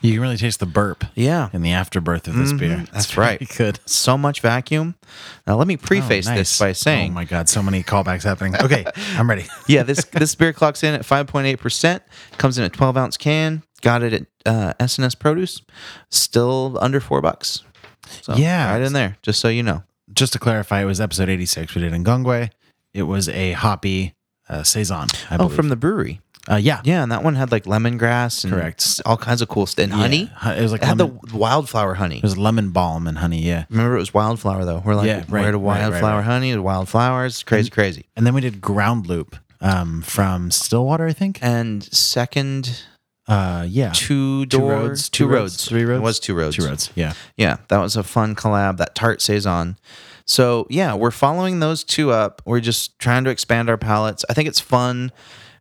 E: You can really taste the burp.
F: Yeah.
E: In the afterbirth of this beer.
F: Mm-hmm. that's
E: It's very
F: right.
E: Good.
F: So much vacuum. Now, let me preface this
E: Oh, Nice.
F: by saying
E: Oh my God, so many callbacks happening.
F: (laughs)
E: Okay, I'm ready.
F: yeah, this this beer clocks in at 5.8%, comes in a 12 ounce can, got it at uh, SNS Produce, still under four bucks. So,
E: Yeah.
F: Right in there, just so you know.
E: Just to clarify, it was episode 86 we did in Gongwe. It was a hoppy uh, Saison, I
F: Oh,
E: believe.
F: from the brewery.
E: uh, yeah.
F: Yeah, and that one had like lemongrass and
E: Correct.
F: s- all kinds of cool stuff. And honey.
E: Yeah. It was like
F: It had
E: lemon,
F: the wildflower honey.
E: it was lemon balm and honey, yeah.
F: Remember, it was wildflower though. We're like,
E: Yeah, right,
F: where to
E: right, right,
F: wildflower
E: right.
F: honey, wildflowers, crazy, crazy.
E: And then we did ground loop um, from Stillwater, I think.
F: And second,
E: Uh, yeah. Two
F: two door,
E: roads, two roads, three roads?
F: It was two roads.
E: Two roads, yeah.
F: Yeah, that was a fun collab, that tart saison. So yeah, we're following those two up. We're just trying to expand our palates. I think it's fun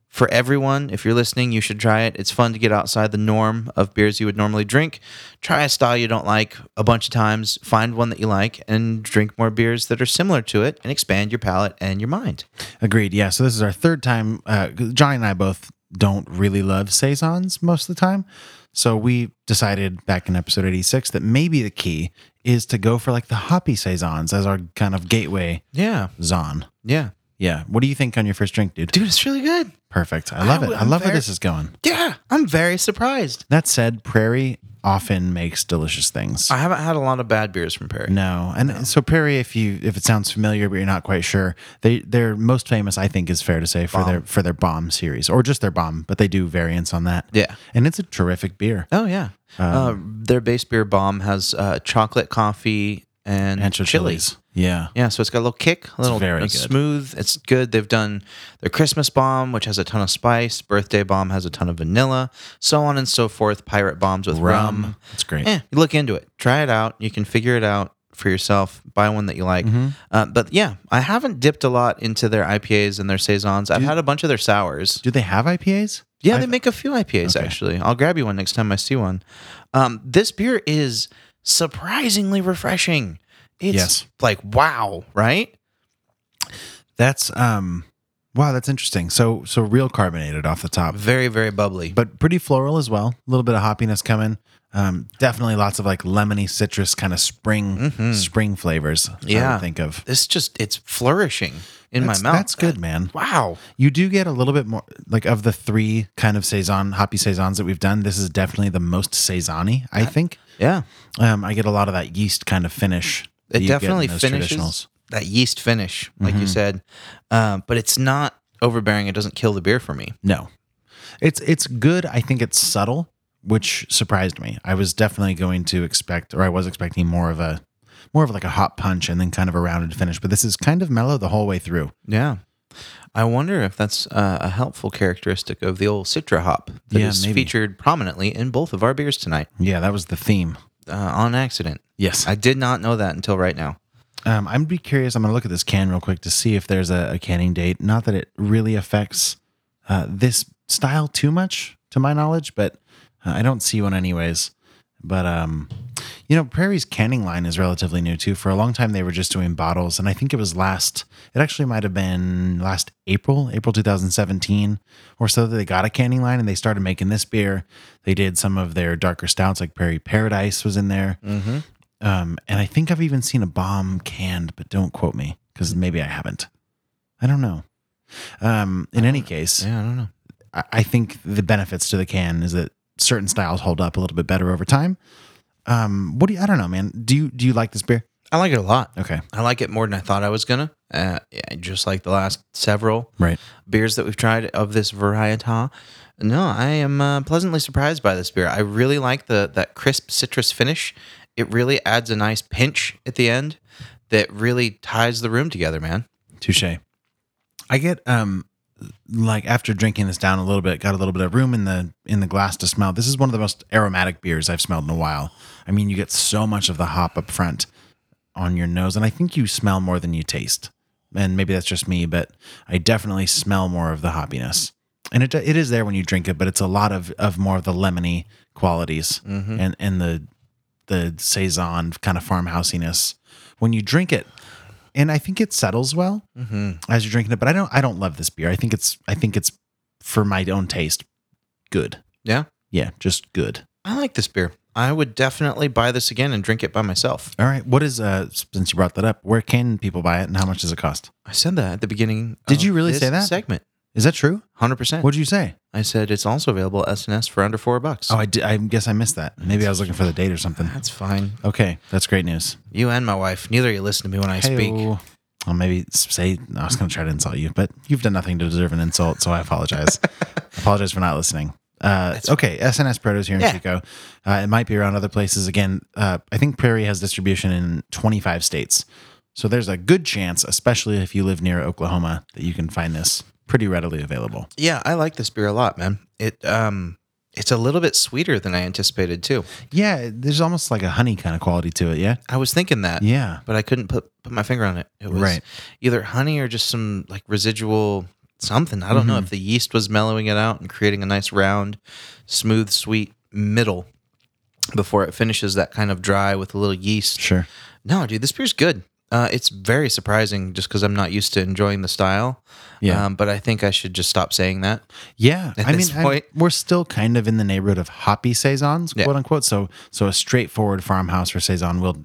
F: for everyone. If you're listening, you should try it. It's fun to get outside the norm of beers you would normally drink. Try a style you don't like a bunch of times. Find one that you like and drink more beers that are similar to it and expand your palate and your mind.
E: Agreed. Yeah. So this is our third time. Uh, Johnny and I both don't really love saisons most of the time. So we decided back in episode 86 that maybe the key is to go for like the hoppy saisons as our kind of gateway
F: Yeah.
E: zon.
F: Yeah.
E: Yeah. What do you think on your first drink, dude?
F: Dude, it's really good.
E: Perfect. I love
F: I
E: it.
F: would-
E: I love where
F: very-
E: this is going.
F: Yeah. I'm very surprised.
E: That said, Prairie often makes delicious things.
F: I haven't had a lot of bad beers from Perry.
E: No, and so Prairie, if you if it sounds familiar but you're not quite sure, they they're most famous, I think, is fair to say for their for their bomb series or just their bomb, but they do variants on that.
F: Yeah.
E: and it's a terrific beer.
F: Oh yeah.
E: Um,
F: uh, their base beer bomb has uh, chocolate coffee and,
E: And
F: chili.
E: chilies. Yeah,
F: Yeah, so it's got a little kick, a little
E: very
F: it's
E: good.
F: smooth. It's good. They've done their Christmas bomb, which has a ton of spice. Birthday bomb has a ton of vanilla, so on and so forth. Pirate bombs with rum.
E: rum. It's great.
F: Eh, you look into it, try it out. You can figure it out for yourself. Buy one that you like.
E: Mm-hmm.
F: Uh, but yeah, I haven't dipped a lot into their IPAs and their saisons. I've had a bunch of their sours.
E: Do they have IPAs?
F: Yeah,
E: I've-
F: they make a few IPAs actually. I'll grab you one next time I see one. Um, this beer is surprisingly refreshing. It's
E: Yes.
F: like wow, right?
E: That's um, Wow, that's interesting. So so real carbonated off the top,
F: Very, very bubbly.
E: but pretty floral as well. A little bit of hoppiness coming. Um, definitely lots of like lemony citrus kind of spring spring flavors. I
F: Mm-hmm. Yeah.
E: would think of
F: this just it's flourishing in
E: That's-
F: my mouth.
E: That's good, man.
F: Wow.
E: You do get a little bit more like of the three kind of saison hoppy saisons that we've done. This is definitely the most saisony, I think.
F: Yeah.
E: Um, I get a lot of that yeast kind of finish. that
F: It
E: you get in
F: definitely
E: those
F: finishes
E: traditionals. Mm-hmm.
F: that yeast finish, like you said. Um, but it's not overbearing. It doesn't kill the beer for me.
E: No, it's it's good. I think it's subtle, which surprised me. I was definitely going to expect, or I was expecting more of a more of like a hot punch and then kind of a rounded finish. But this is kind of mellow the whole way through.
F: Yeah. I wonder if that's uh, a helpful characteristic of the old Citra hop that is
E: Yeah, maybe.
F: featured prominently in both of our beers tonight
E: Yeah, that was the theme.
F: uh, on accident.
E: Yes,
F: I did not know that until right now.
E: Um, I'm be curious. I'm gonna look at this can real quick to see if there's a, a canning date. Not that it really affects uh, this style too much, to my knowledge, but uh, I don't see one anyways. But um, you know, Prairie's canning line is relatively new too. For a long time, they were just doing bottles, and I think it was last. It actually might have been last April, April 2017, or so that they got a canning line and they started making this beer. They did some of their darker stouts, like Prairie Paradise was in there. Um, and I think I've even seen a bomb canned, but don't quote me because maybe I haven't. I don't know. Um, in any case,
F: Yeah, I don't know.
E: I, I think the benefits to the can is that certain styles hold up a little bit better over time. Um, what do you, I don't know, man. Do you, do you like this beer?
F: I like it a lot.
E: Okay.
F: I like it more than I thought I was gonna. Uh, yeah, just like the last several
E: Right.
F: beers that we've tried of this variety. No, I am uh, pleasantly surprised by this beer. I really like the that crisp citrus finish. It really adds a nice pinch at the end that really ties the room together, man.
E: Touche. I get, um, like after drinking this down a little bit, got a little bit of room in the, in the glass to smell. This is one of the most aromatic beers I've smelled in a while. I mean, you get so much of the hop up front. on your nose. And I think you smell more than you taste. And maybe that's just me, but I definitely smell more of the hoppiness. And it, it is there when you drink it, but it's a lot of, of more of the lemony qualities and, and the the saison kind of farmhousiness when you drink it. And I think it settles well as you're drinking it. But I don't I don't love this beer. I think it's I think it's for my own taste good.
F: Yeah,
E: Yeah, just good.
F: I like this beer. I would definitely buy this again and drink it by myself.
E: All right. What is uh since you brought that up, where can people buy it and how much does it cost?
F: I said that at the beginning.
E: Did
F: of
E: you really
F: this
E: say that?
F: segment?
E: Is that true?
F: Hundred percent.
E: What'd you say?
F: I said it's also available at SNS for under four bucks.
E: Oh, I, did, I guess I missed that. Maybe I was looking for the date or something.
F: that's fine.
E: Okay, that's great news.
F: You and my wife, neither of you listen to me when I speak.
E: Hey-o. I'll maybe say I was going to try to insult you, but you've done nothing to deserve an insult, so I (laughs) apologize. apologize for not listening. Uh, okay, SNS Protos here in
F: Yeah.
E: Chico. Uh, it might be around other places. Again, uh, I think Prairie has distribution in 25 states. So there's a good chance, especially if you live near Oklahoma, that you can find this pretty readily available.
F: Yeah, I like this beer a lot, man. It um it's a little bit sweeter than I anticipated too.
E: Yeah, there's almost like a honey kind of quality to it. Yeah.
F: I was thinking that.
E: Yeah.
F: But I couldn't put put my finger on it. It was
E: Right.
F: either honey or just some like residual something. I don't know
E: Mm-hmm.
F: if the yeast was mellowing it out and creating a nice round, smooth, sweet middle before it finishes that kind of dry with a little yeast.
E: Sure.
F: No, dude, this beer's good. Uh, it's very surprising just because I'm not used to enjoying the style.
E: Yeah.
F: Um, but I think I should just stop saying that.
E: Yeah,
F: at
E: I mean,
F: this
E: I'm-
F: point.
E: we're still kind of in the neighborhood of hoppy saisons,
F: Yeah.
E: quote unquote. So, so a straightforward farmhouse for saison will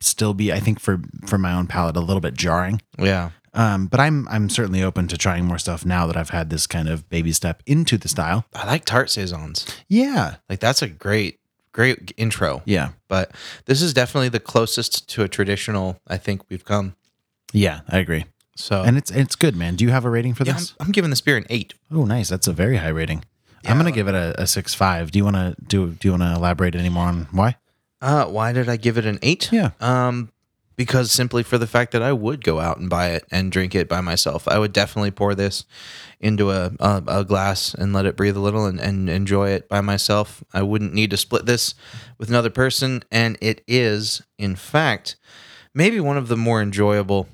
E: still be, I think, for for my own palate, a little bit jarring.
F: Yeah.
E: Um, but I'm I'm certainly open to trying more stuff now that I've had this kind of baby step into the style.
F: I like tart saisons.
E: Yeah,
F: Like that's a great, great intro.
E: yeah,
F: But this is definitely the closest to a traditional. I think we've come.
E: yeah. I agree,
F: So
E: and it's it's good, man. Do you have a rating for
F: yeah, I'm,
E: this?
F: I'm giving this beer an eight.
E: Oh, nice. That's a very high rating. I'm gonna give it a, a six five. Do you want to do Do you want to elaborate any more on why?
F: Uh, why did I give it an eight?
E: Yeah.
F: Um, because simply for the fact that I would go out and buy it and drink it by myself. I would definitely pour this into a a, a glass and let it breathe a little and, and enjoy it by myself. I wouldn't need to split this with another person. And it is, in fact, maybe one of the more enjoyable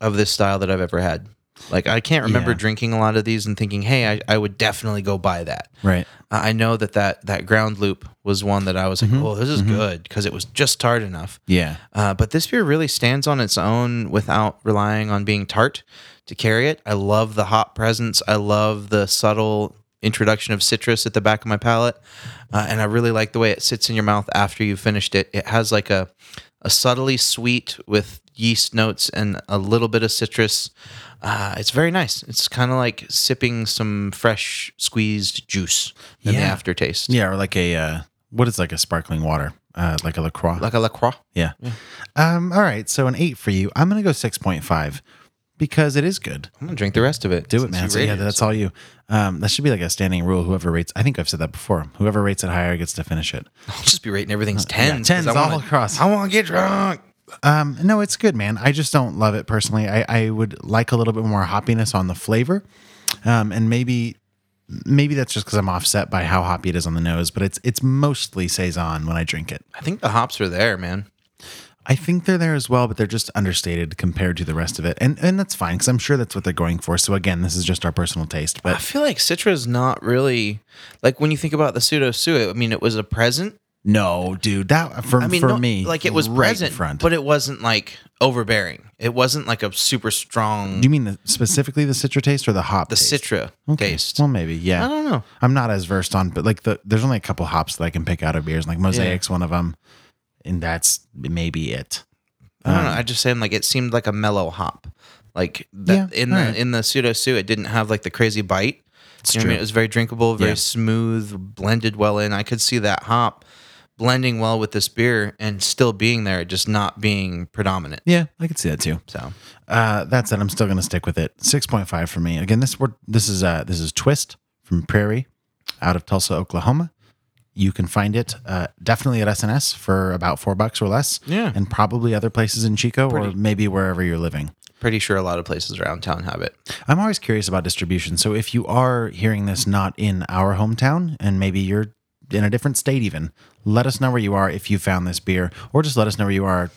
F: of this style that I've ever had. Like I can't remember
E: Yeah.
F: drinking a lot of these and thinking, hey, I, I would definitely go buy that.
E: Right.
F: I I know that that, that ground loop was one that I was like, oh, this is good because it was just tart enough.
E: Yeah.
F: Uh, but this beer really stands on its own without relying on being tart to carry it. I love the hop presence. I love the subtle introduction of citrus at the back of my palate, uh, and I really like the way it sits in your mouth after you've finished it. It has like a a subtly sweet with yeast notes and a little bit of citrus. Uh, it's very nice. It's kind of like sipping some fresh squeezed juice in the
E: Yeah.
F: aftertaste.
E: Yeah, or like a uh, what is like a sparkling water, uh, like a Lacroix.
F: Like a La Croix.
E: yeah. Um. All right. So an eight for you. I'm gonna go six point five because it is good.
F: I'm gonna drink the rest of it.
E: Do it,
F: since
E: man.
F: you
E: So, yeah,
F: rated it.
E: that's all you. Um, that should be like a standing rule. Whoever rates, I think I've said that before. Whoever rates it higher gets to finish it.
F: I'll just be rating everything's tens.
E: 10s
F: 'cause I wanna-
E: all across.
F: I want to get drunk.
E: Um, no, it's good, man. I just don't love it personally. I, I would like a little bit more hoppiness on the flavor, um, and maybe maybe that's just because I'm offset by how hoppy it is on the nose. But it's it's mostly saison when I drink it.
F: I think the hops are there, man.
E: I think they're there as well, but they're just understated compared to the rest of it, and and that's fine because I'm sure that's what they're going for. So again, this is just our personal taste,
F: I
E: but
F: feel like Citra is not really like when you think about the pseudo suet. I mean, it was a present.
E: no, dude, that for
F: I mean,
E: for
F: no-
E: me,
F: like it was
E: right in
F: present,
E: front.
F: but it wasn't like overbearing. It wasn't like a super strong
E: Do you mean the, specifically the citra taste or the hop?
F: the
E: taste?
F: Citra taste. Uh-huh.
E: Well, maybe, yeah.
F: I don't know.
E: I'm not as versed on, but like the there's only a couple hops that I can pick out of beers. Like Mosaic's one of them, and that's maybe it.
F: I
E: um,
F: don't know. I just saying like it seemed like a mellow hop. Like that
E: Yeah,
F: in the
E: alright.
F: in the pseudo suet, it didn't have like the crazy bite.
E: It's
F: You know what I mean?
E: true.
F: It was very drinkable, very
E: Yeah.
F: smooth, blended well in. I could see that hop blending well with this beer and still being there, just not being predominant.
E: Yeah, I could see that too.
F: So
E: Uh, that said, I'm still gonna stick with it. Six point five for me. Again, this word this is uh this is Twist from Prairie, out of Tulsa, Oklahoma. You can find it uh, definitely at SNS for about four bucks or less.
F: Yeah.
E: and probably other places in Chico or maybe wherever you're living.
F: pretty sure a lot of places around town have it.
E: I'm always curious about distribution. So if you are hearing this not in our hometown and maybe you're in a different state even, let us know where you are if you found this beer or just let us know where you are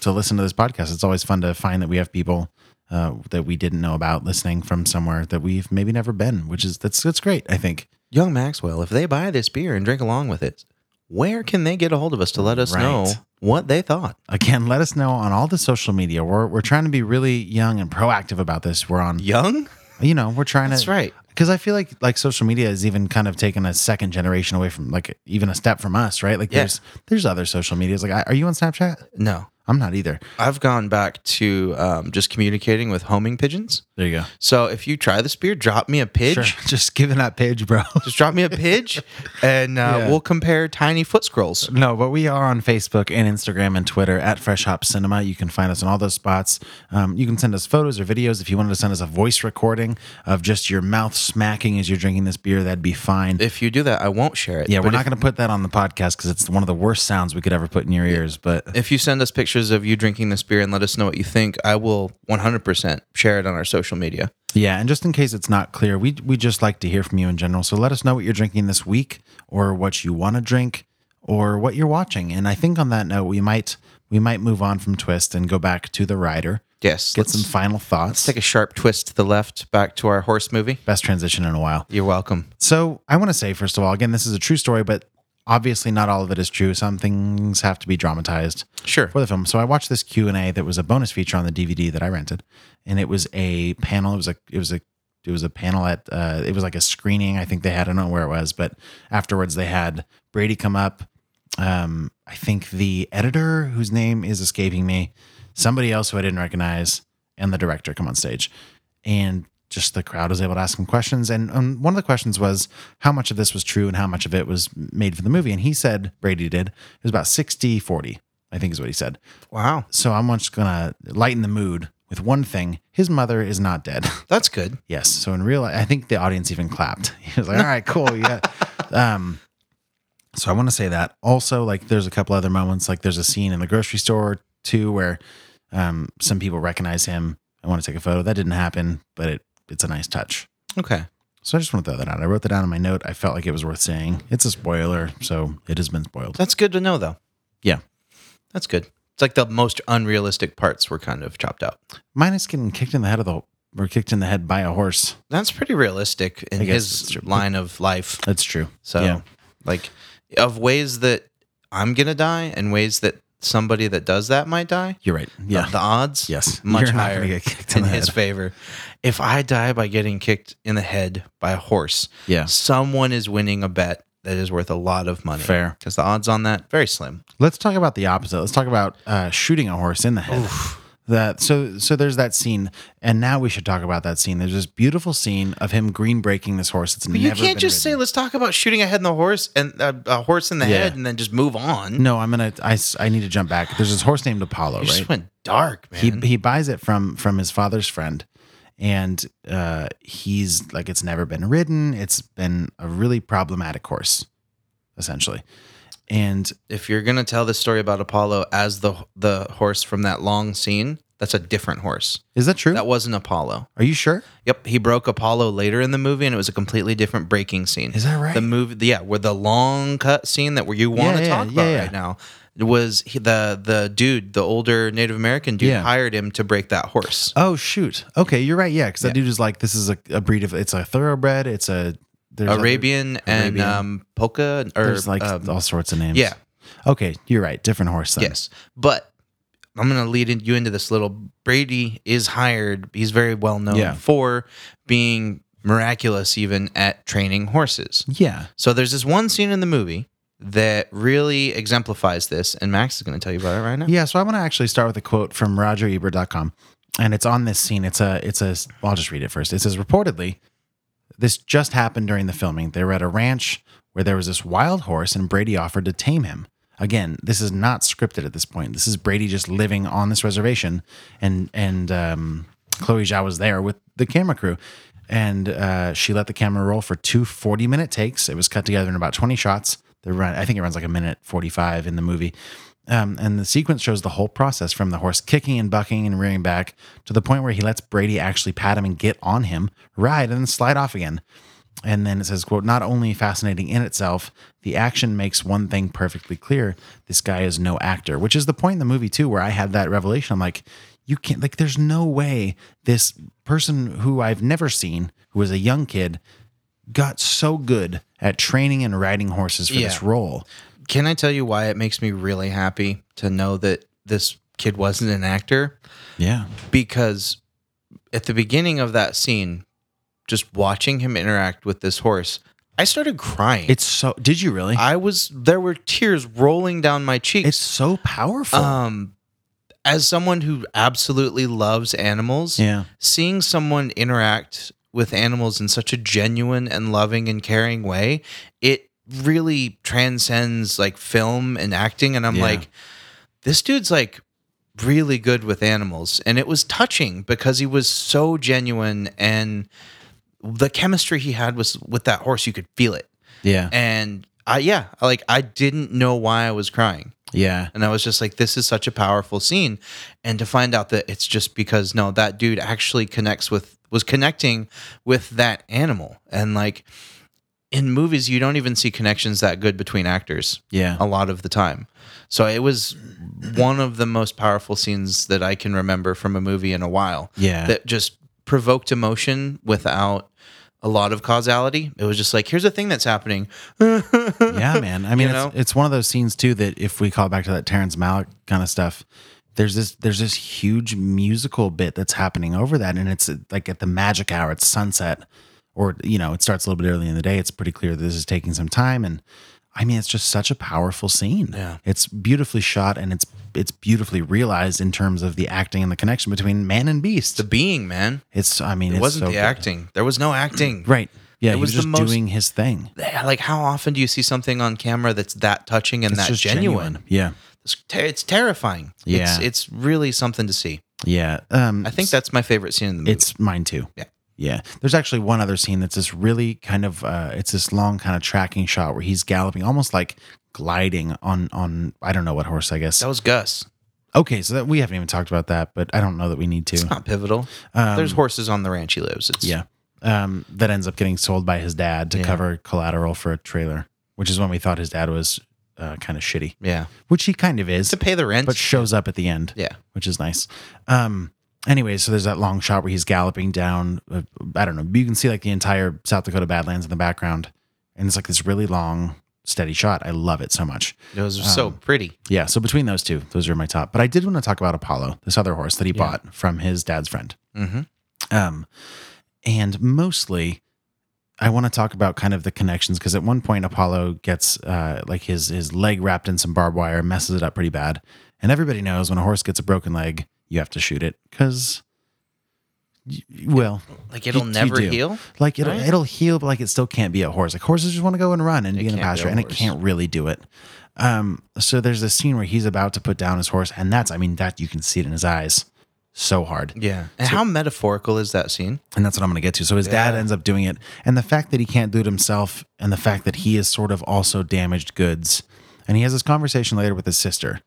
E: to listen to this podcast. It's always fun to find that we have people uh, that we didn't know about listening from somewhere that we've maybe never been, which is that's that's great, I think.
F: Young Maxwell, if they buy this beer and drink along with it, where can they get a hold of us to let us
E: Right.
F: know what they thought?
E: Again, let us know on all the social media. We're we're trying to be really young and proactive about this. We're on
F: Young?
E: you know we're trying
F: That's
E: to
F: right.
E: because i feel like like social media is even kind of taken a second generation away from like even a step from us right like
F: Yeah.
E: there's there's other social medias like I, are you on snapchat
F: No.
E: i'm not either
F: I've gone back to um, just communicating with homing pigeons.
E: there you go
F: So if you try this beer, drop me a pidge.
E: sure (laughs) just giving that page bro (laughs)
F: Just drop me a pidge, and uh,
E: Yeah.
F: we'll compare tiny foot scrolls.
E: no but we are on facebook and instagram and twitter at fresh hop cinema you can find us on all those spots um, you can send us photos or videos if you wanted to send us a voice recording of just your mouth smacking as you're drinking this beer that'd be fine
F: If you do that, I won't share it.
E: yeah we're
F: But
E: not going to put that on the podcast because it's one of the worst sounds we could ever put in your ears but
F: If, if you send us pictures of you drinking this beer and let us know what you think, I will 100% share it on our social media.
E: Yeah, and just in case it's not clear, we we just like to hear from you in general. So let us know what you're drinking this week, or what you want to drink, or what you're watching. And I think on that note, we might we might move on from Twist and go back to the Rider.
F: Yes,
E: get
F: let's-
E: some final thoughts.
F: Take a sharp twist to the left back to our horse movie.
E: Best transition in a while.
F: You're welcome.
E: So I want to say first of all, again, this is a true story, but obviously not all of it is true. Some things have to be dramatized
F: Sure.
E: for the film. So I watched this Q and A that was a bonus feature on the DVD that I rented, and it was a panel. It was a it was a it was a panel at uh, it was like a screening. I think they had I don't know where it was, but afterwards they had Brady come up. Um, I think the editor whose name is escaping me, somebody else who I didn't recognize, and the director come on stage, and just the crowd was able to ask him questions. And um, one of the questions was how much of this was true and how much of it was made for the movie. And he said, Brady did, it was about 60 40, I think is what he said.
F: Wow.
E: So I'm just going to lighten the mood with one thing his mother is not dead. (laughs)
F: That's good.
E: yes. So in real life, I think the audience even clapped. (laughs) He was like, all right, cool.
F: (laughs)
E: Yeah. um, so I want to say that. Also, like, there's a couple other moments. Like, there's a scene in the grocery store too where um, some people recognize him. I want to take a photo. That didn't happen, but it it's a nice touch.
F: Okay.
E: So I just want to throw that out. I wrote that down in my note. I felt like it was worth saying. It's a spoiler, so it has been spoiled.
F: That's good to know, though.
E: Yeah.
F: That's good. It's like the most unrealistic parts were kind of chopped out.
E: Minus getting kicked in the head of the or kicked in the head by a horse.
F: That's pretty realistic in
E: I guess that's
F: his
E: true.
F: line of life.
E: That's true.
F: So,
E: Yeah.
F: like, of ways that I'm going to die and ways that somebody that does that might die.
E: You're right. Yeah.
F: The odds,
E: Yes.
F: much
E: You're not
F: higher
E: gonna get kicked in
F: in
E: the
F: his
E: head.
F: favor. If I die by getting kicked in the head by a horse,
E: Yeah.
F: someone is winning a bet that is worth a lot of money.
E: Fair.
F: because the odds on that very slim.
E: Let's talk about the opposite. Let's talk about uh, shooting a horse in the head. That so so there's that scene, and now we should talk about that scene. There's this beautiful scene of him green breaking this horse. It's
F: But you
E: never
F: can't
E: been
F: just say
E: ridden.
F: let's talk about shooting a head in the horse and uh, a horse in the
E: Yeah.
F: head and then just move on.
E: no. I'm gonna I, s- I need to jump back. There's this horse named Apollo,
F: you
E: right?
F: just went dark, man.
E: he he buys it from from his father's friend and uh he's like it's never been ridden it's been a really problematic horse essentially and
F: if you're gonna tell the story about Apollo as the the horse from that long scene, that's a different horse.
E: is that true
F: That wasn't Apollo.
E: are you sure
F: Yep, he broke Apollo later in the movie, and it was a completely different breaking scene.
E: Is that right?
F: The movie, the- yeah, where the long cut scene that where you want to
E: Yeah, yeah,
F: talk
E: yeah,
F: about
E: yeah.
F: right now was he, the the dude, the older Native American dude,
E: Yeah.
F: hired him to break that horse.
E: oh shoot okay you're right yeah because that dude is like this is a, a breed of it's a thoroughbred it's a there's other-
F: Arabian and
E: Arabian.
F: um, polka or
E: there's like
F: um,
E: all sorts of names
F: yeah.
E: okay you're right different horse then.
F: Yes, but I'm going to lead in- you into this little. Brady is hired. He's very well known
E: Yeah.
F: for being miraculous, even at training horses.
E: yeah
F: So there's this one scene in the movie that really exemplifies this, and Max is going to tell you about it right now.
E: Yeah, so I want to actually start with a quote from RogerEbert.com, and it's on this scene. It's a, it's a. Well, I'll just read it first. It says reportedly, this just happened during the filming. They were at a ranch where there was this wild horse, and Brady offered to tame him. Again, this is not scripted at this point. This is Brady just living on this reservation, and and um, Chloe Zhao was there with the camera crew, and uh, she let the camera roll for two 40 minute takes. It was cut together in about 20 shots. The run, I think it runs like a minute 45 in the movie. Um, and the sequence shows the whole process from the horse kicking and bucking and rearing back to the point where he lets Brady actually pat him and get on him, ride, and then slide off again. And then it says, quote, not only fascinating in itself, the action makes one thing perfectly clear. This guy is no actor, which is the point in the movie, too, where I had that revelation. I'm like, you can't, like, there's no way this person who I've never seen, who was a young kid, got so good at training and riding horses for this
F: Yeah.
E: role.
F: Can I tell you why it makes me really happy to know that this kid wasn't an actor?
E: Yeah.
F: because at the beginning of that scene, just watching him interact with this horse, I started crying.
E: It's so, did you really?
F: I was there were tears rolling down my
E: it's
F: cheeks.
E: so powerful.
F: Um, as someone who absolutely loves animals,
E: yeah.
F: seeing someone interact with animals in such a genuine and loving and caring way, it really transcends like film and acting. And I'm
E: Yeah.
F: like, this dude's like really good with animals. And it was touching because he was so genuine and the chemistry he had was with that horse, you could feel it.
E: Yeah.
F: And I yeah, like I didn't know why I was crying.
E: yeah.
F: And I was just like, this is such a powerful scene. And to find out that it's just because no, that dude actually connects with was connecting with that animal. And like in movies, you don't even see connections that good between actors
E: Yeah.
F: a lot of the time. So it was one of the most powerful scenes that I can remember from a movie in a while.
E: Yeah.
F: That just provoked emotion without a lot of causality. It was just like, here's a thing that's happening. (laughs)
E: yeah, man. I mean, it's,
F: You know?
E: it's one of those scenes too that if we call back to that Terrence Malick kind of stuff, there's this there's this huge musical bit that's happening over that, and it's uh, like at the magic hour, it's sunset, or you know, it starts a little bit early in the day. It's pretty clear that this is taking some time, and I mean, it's just such a powerful scene.
F: Yeah.
E: it's beautifully shot, and it's it's beautifully realized in terms of the acting and the connection between man and beast.
F: The being, man.
E: It's I mean,
F: It
E: it's
F: wasn't
E: so
F: the
E: good.
F: acting. There was no acting.
E: right? Yeah,
F: It
E: he
F: was
E: was, just
F: the most-
E: doing his thing.
F: Like how often do you see something on camera that's that touching and
E: It's
F: that
E: just
F: genuine?
E: Yeah,
F: It's, ter- it's terrifying. It's,
E: Yeah.
F: it's really something to see.
E: yeah. Um,
F: I think that's my favorite scene in the movie.
E: It's mine too.
F: Yeah.
E: Yeah. There's actually one other scene that's this really kind of uh it's this long kind of tracking shot where he's galloping almost like gliding on on I don't know what horse I guess.
F: that was Gus.
E: Okay, so that we haven't even talked about that, but I don't know that we need
F: It's (laughs)
E: to. Um,
F: not pivotal. There's horses on the ranch he lives. It's
E: Yeah. Um that ends up getting sold by his dad to
F: Yeah.
E: cover collateral for a trailer, which is when we thought his dad was uh, kind of shitty,
F: yeah.
E: which he kind of is,
F: To pay the rent.
E: but shows up at the end.
F: yeah.
E: which is nice. Um, anyway, so there's that long shot where he's galloping down. Uh, I don't know. You can see like the entire South Dakota Badlands in the background, and it's like this really long steady shot. I love it so much.
F: It was so
E: um,
F: pretty.
E: Yeah, so between those two, those are my top. But I did want to talk about Apollo, this other horse that he bought from his dad's friend. Mm-hmm. Um, and mostly, I want to talk about kind of the connections because at one point Apollo gets uh, like his his leg wrapped in some barbed wire, messes it up pretty bad, and everybody knows when a horse gets a broken leg, you have to shoot it because. Well,
F: Like it'll
E: you- you
F: never
E: do.
F: heal.
E: Like it'll
F: Right?
E: it'll heal, but like it still can't be a horse. Like horses just want to go and run and be in a
F: can't be a
E: pasture, and it
F: horse.
E: can't really do it. Um, so there's this scene where he's about to put down his horse, and that's I mean that you can see it in his eyes so hard.
F: Yeah. And how metaphorical is that scene?
E: And that's what I'm going to get to. So his dad ends up doing it. And the fact that he can't do it himself and the fact that he is sort of also damaged goods. And he has this conversation later with his sister.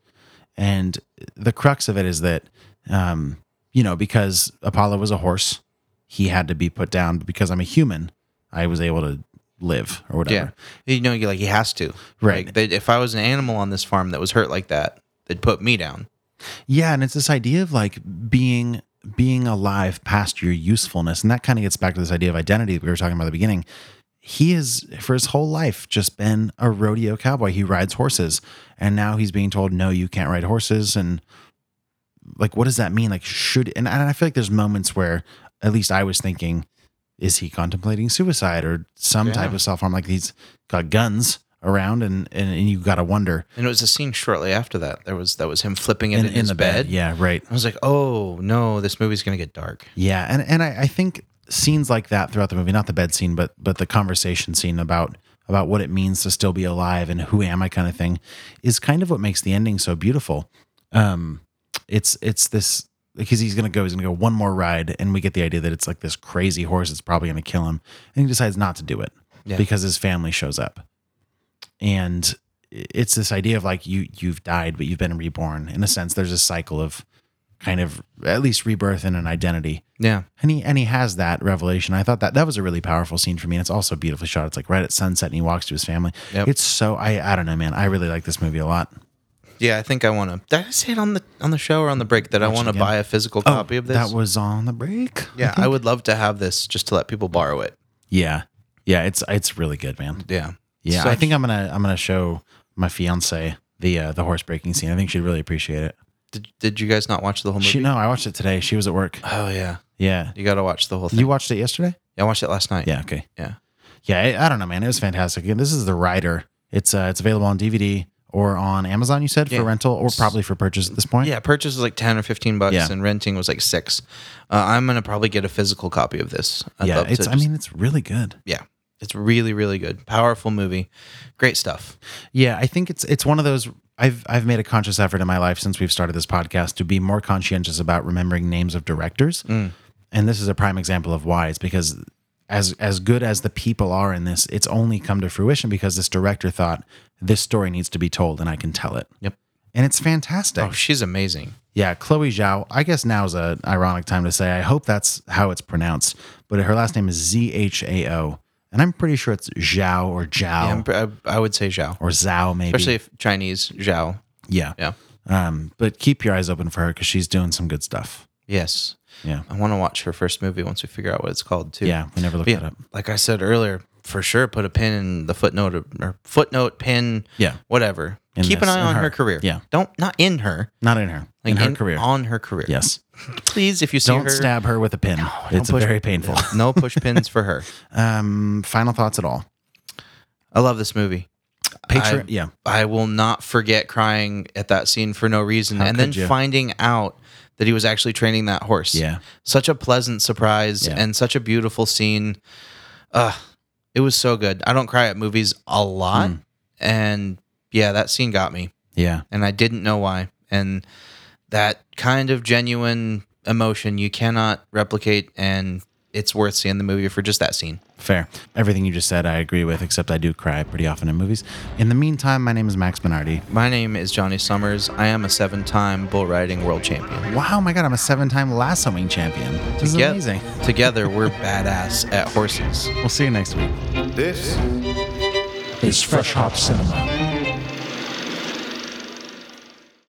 E: And the crux of it is that, um, you know, because Apollo was a horse, he had to be put down. But because I'm a human, I was able to live or
F: Yeah.
E: whatever.
F: You know, you like he has to.
E: Right.
F: Like, they, if I was an animal on this farm that was hurt like that, they'd put me down.
E: Yeah, and it's this idea of like being being alive past your usefulness, and that kind of gets back to this idea of identity that we were talking about at the beginning. He has, for his whole life, just been a rodeo cowboy. He rides horses, and now he's being told, "No, you can't ride horses." And like, what does that mean? Like, should and, and I feel like there's moments where, at least I was thinking, is he contemplating suicide or some
F: Yeah.
E: type of self harm? Like he's got guns around, and and, and you got to wonder
F: And it was a scene shortly after that. There was that was him flipping it
E: in,
F: in,
E: in
F: his
E: the
F: bed.
E: bed. Yeah, right.
F: I was like, oh no, this movie's gonna get dark.
E: Yeah, and and I, I think scenes like that throughout the movie, not the bed scene, but but the conversation scene about about what it means to still be alive and who am I kind of thing, is kind of what makes the ending so beautiful. Um, it's it's this because he's gonna go, he's gonna go one more ride, and we get the idea that it's like this crazy horse that's probably gonna kill him, and he decides not to do it
F: Yeah.
E: because his family shows up, and it's this idea of like you you've died but you've been reborn in a sense. There's a cycle of kind of at least rebirth and an identity
F: Yeah.
E: and he and he has that revelation. I thought that that was a really powerful scene for me, and it's also beautifully shot. It's like right at sunset, and he walks to his family.
F: Yep.
E: It's so I I don't know, man. I really like this movie a lot.
F: Yeah, I think I wanna did I say it on the on the show or on the break that I wanna
E: again. Oh,
F: buy a physical copy of this?
E: That was on the break.
F: yeah, I would love to have this just to let people borrow it.
E: (laughs) yeah, yeah. It's it's really good, man.
F: Yeah.
E: Yeah,
F: So-
E: I think I'm gonna I'm gonna show my fiance the uh, the horse breaking scene. I think she'd really appreciate it.
F: Did, did you guys not watch the whole movie?
E: She no, I watched it today. She was at work.
F: oh yeah.
E: Yeah,
F: You gotta watch the whole thing.
E: you watched it yesterday.
F: I watched it last night.
E: Yeah, okay.
F: Yeah.
E: Yeah, I, I don't know, man. It was fantastic. And this is the Rider. It's uh, it's available on DVD or on Amazon. You said
F: Yeah.
E: for rental or probably for purchase at this point.
F: Yeah, purchase was like ten or fifteen bucks,
E: Yeah.
F: and renting was like six. Uh, I'm gonna probably get a physical copy of this. I'd
E: yeah,
F: love to
E: it's. I
F: just-
E: mean, it's really good.
F: yeah, it's really, really good. Powerful movie, great stuff.
E: Yeah, I think it's it's one of those. I've I've made a conscious effort in my life since we've started this podcast to be more conscientious about remembering names of directors,
F: Mm.
E: and this is a prime example of why. It's because as as good as the people are in this, it's only come to fruition because this director thought this story needs to be told, and I can tell it.
F: Yep.
E: And it's fantastic.
F: Oh, she's amazing.
E: Yeah, Chloe Zhao. I guess now is an ironic time to say. I hope that's how it's pronounced, but her last name is Z H A O, and I'm pretty sure it's Zhao or Zhao
F: Yeah, I'm pr- I, I would say Zhao,
E: or Zhao maybe.
F: especially if Chinese Zhao.
E: yeah.
F: Yeah.
E: Um, but keep your eyes open for her because she's doing some good stuff.
F: Yes.
E: Yeah.
F: I want to watch her first movie once we figure out what it's called too.
E: Yeah, we never
F: But
E: looked that
F: yeah,
E: up.
F: like I said earlier, for sure, put a pin in the footnote or, or footnote pin.
E: Yeah.
F: whatever.
E: In
F: Keep
E: this,
F: an eye
E: in
F: on her.
E: her.
F: career.
E: Yeah.
F: don't not in her.
E: Not in her. in her career.
F: on her career.
E: yes.
F: please, if you see
E: Don't
F: her,
E: stab her with a pin. it's
F: push-
E: very
F: (laughs)
E: painful.
F: no push pins
E: (laughs)
F: for her.
E: Um, final thoughts at all?
F: I love this movie.
E: Patreon.
F: I-
E: yeah.
F: I will not forget crying at that scene for no reason, and then
E: could you?
F: finding out that he was actually training that horse.
E: Yeah.
F: such a pleasant surprise
E: Yeah.
F: and such a beautiful scene. Ugh, it was so good. I don't cry at movies a lot,
E: Hmm.
F: and yeah, that scene got me,
E: Yeah.
F: and I didn't know why. And that kind of genuine emotion you cannot replicate, and it's worth seeing the movie for just that scene.
E: Fair. Everything you just said, I agree with, except I do cry pretty often in movies. In the meantime, my name is Max Minardi.
F: My name is Johnny Summers. I am a seven-time bull riding world champion.
E: Wow, my God, I'm a seven time lassoing champion. This is
F: Toge-
E: amazing.
F: Together, we're badass at horses.
E: We'll see you next week.
C: This
D: is Fresh Hop Cinema.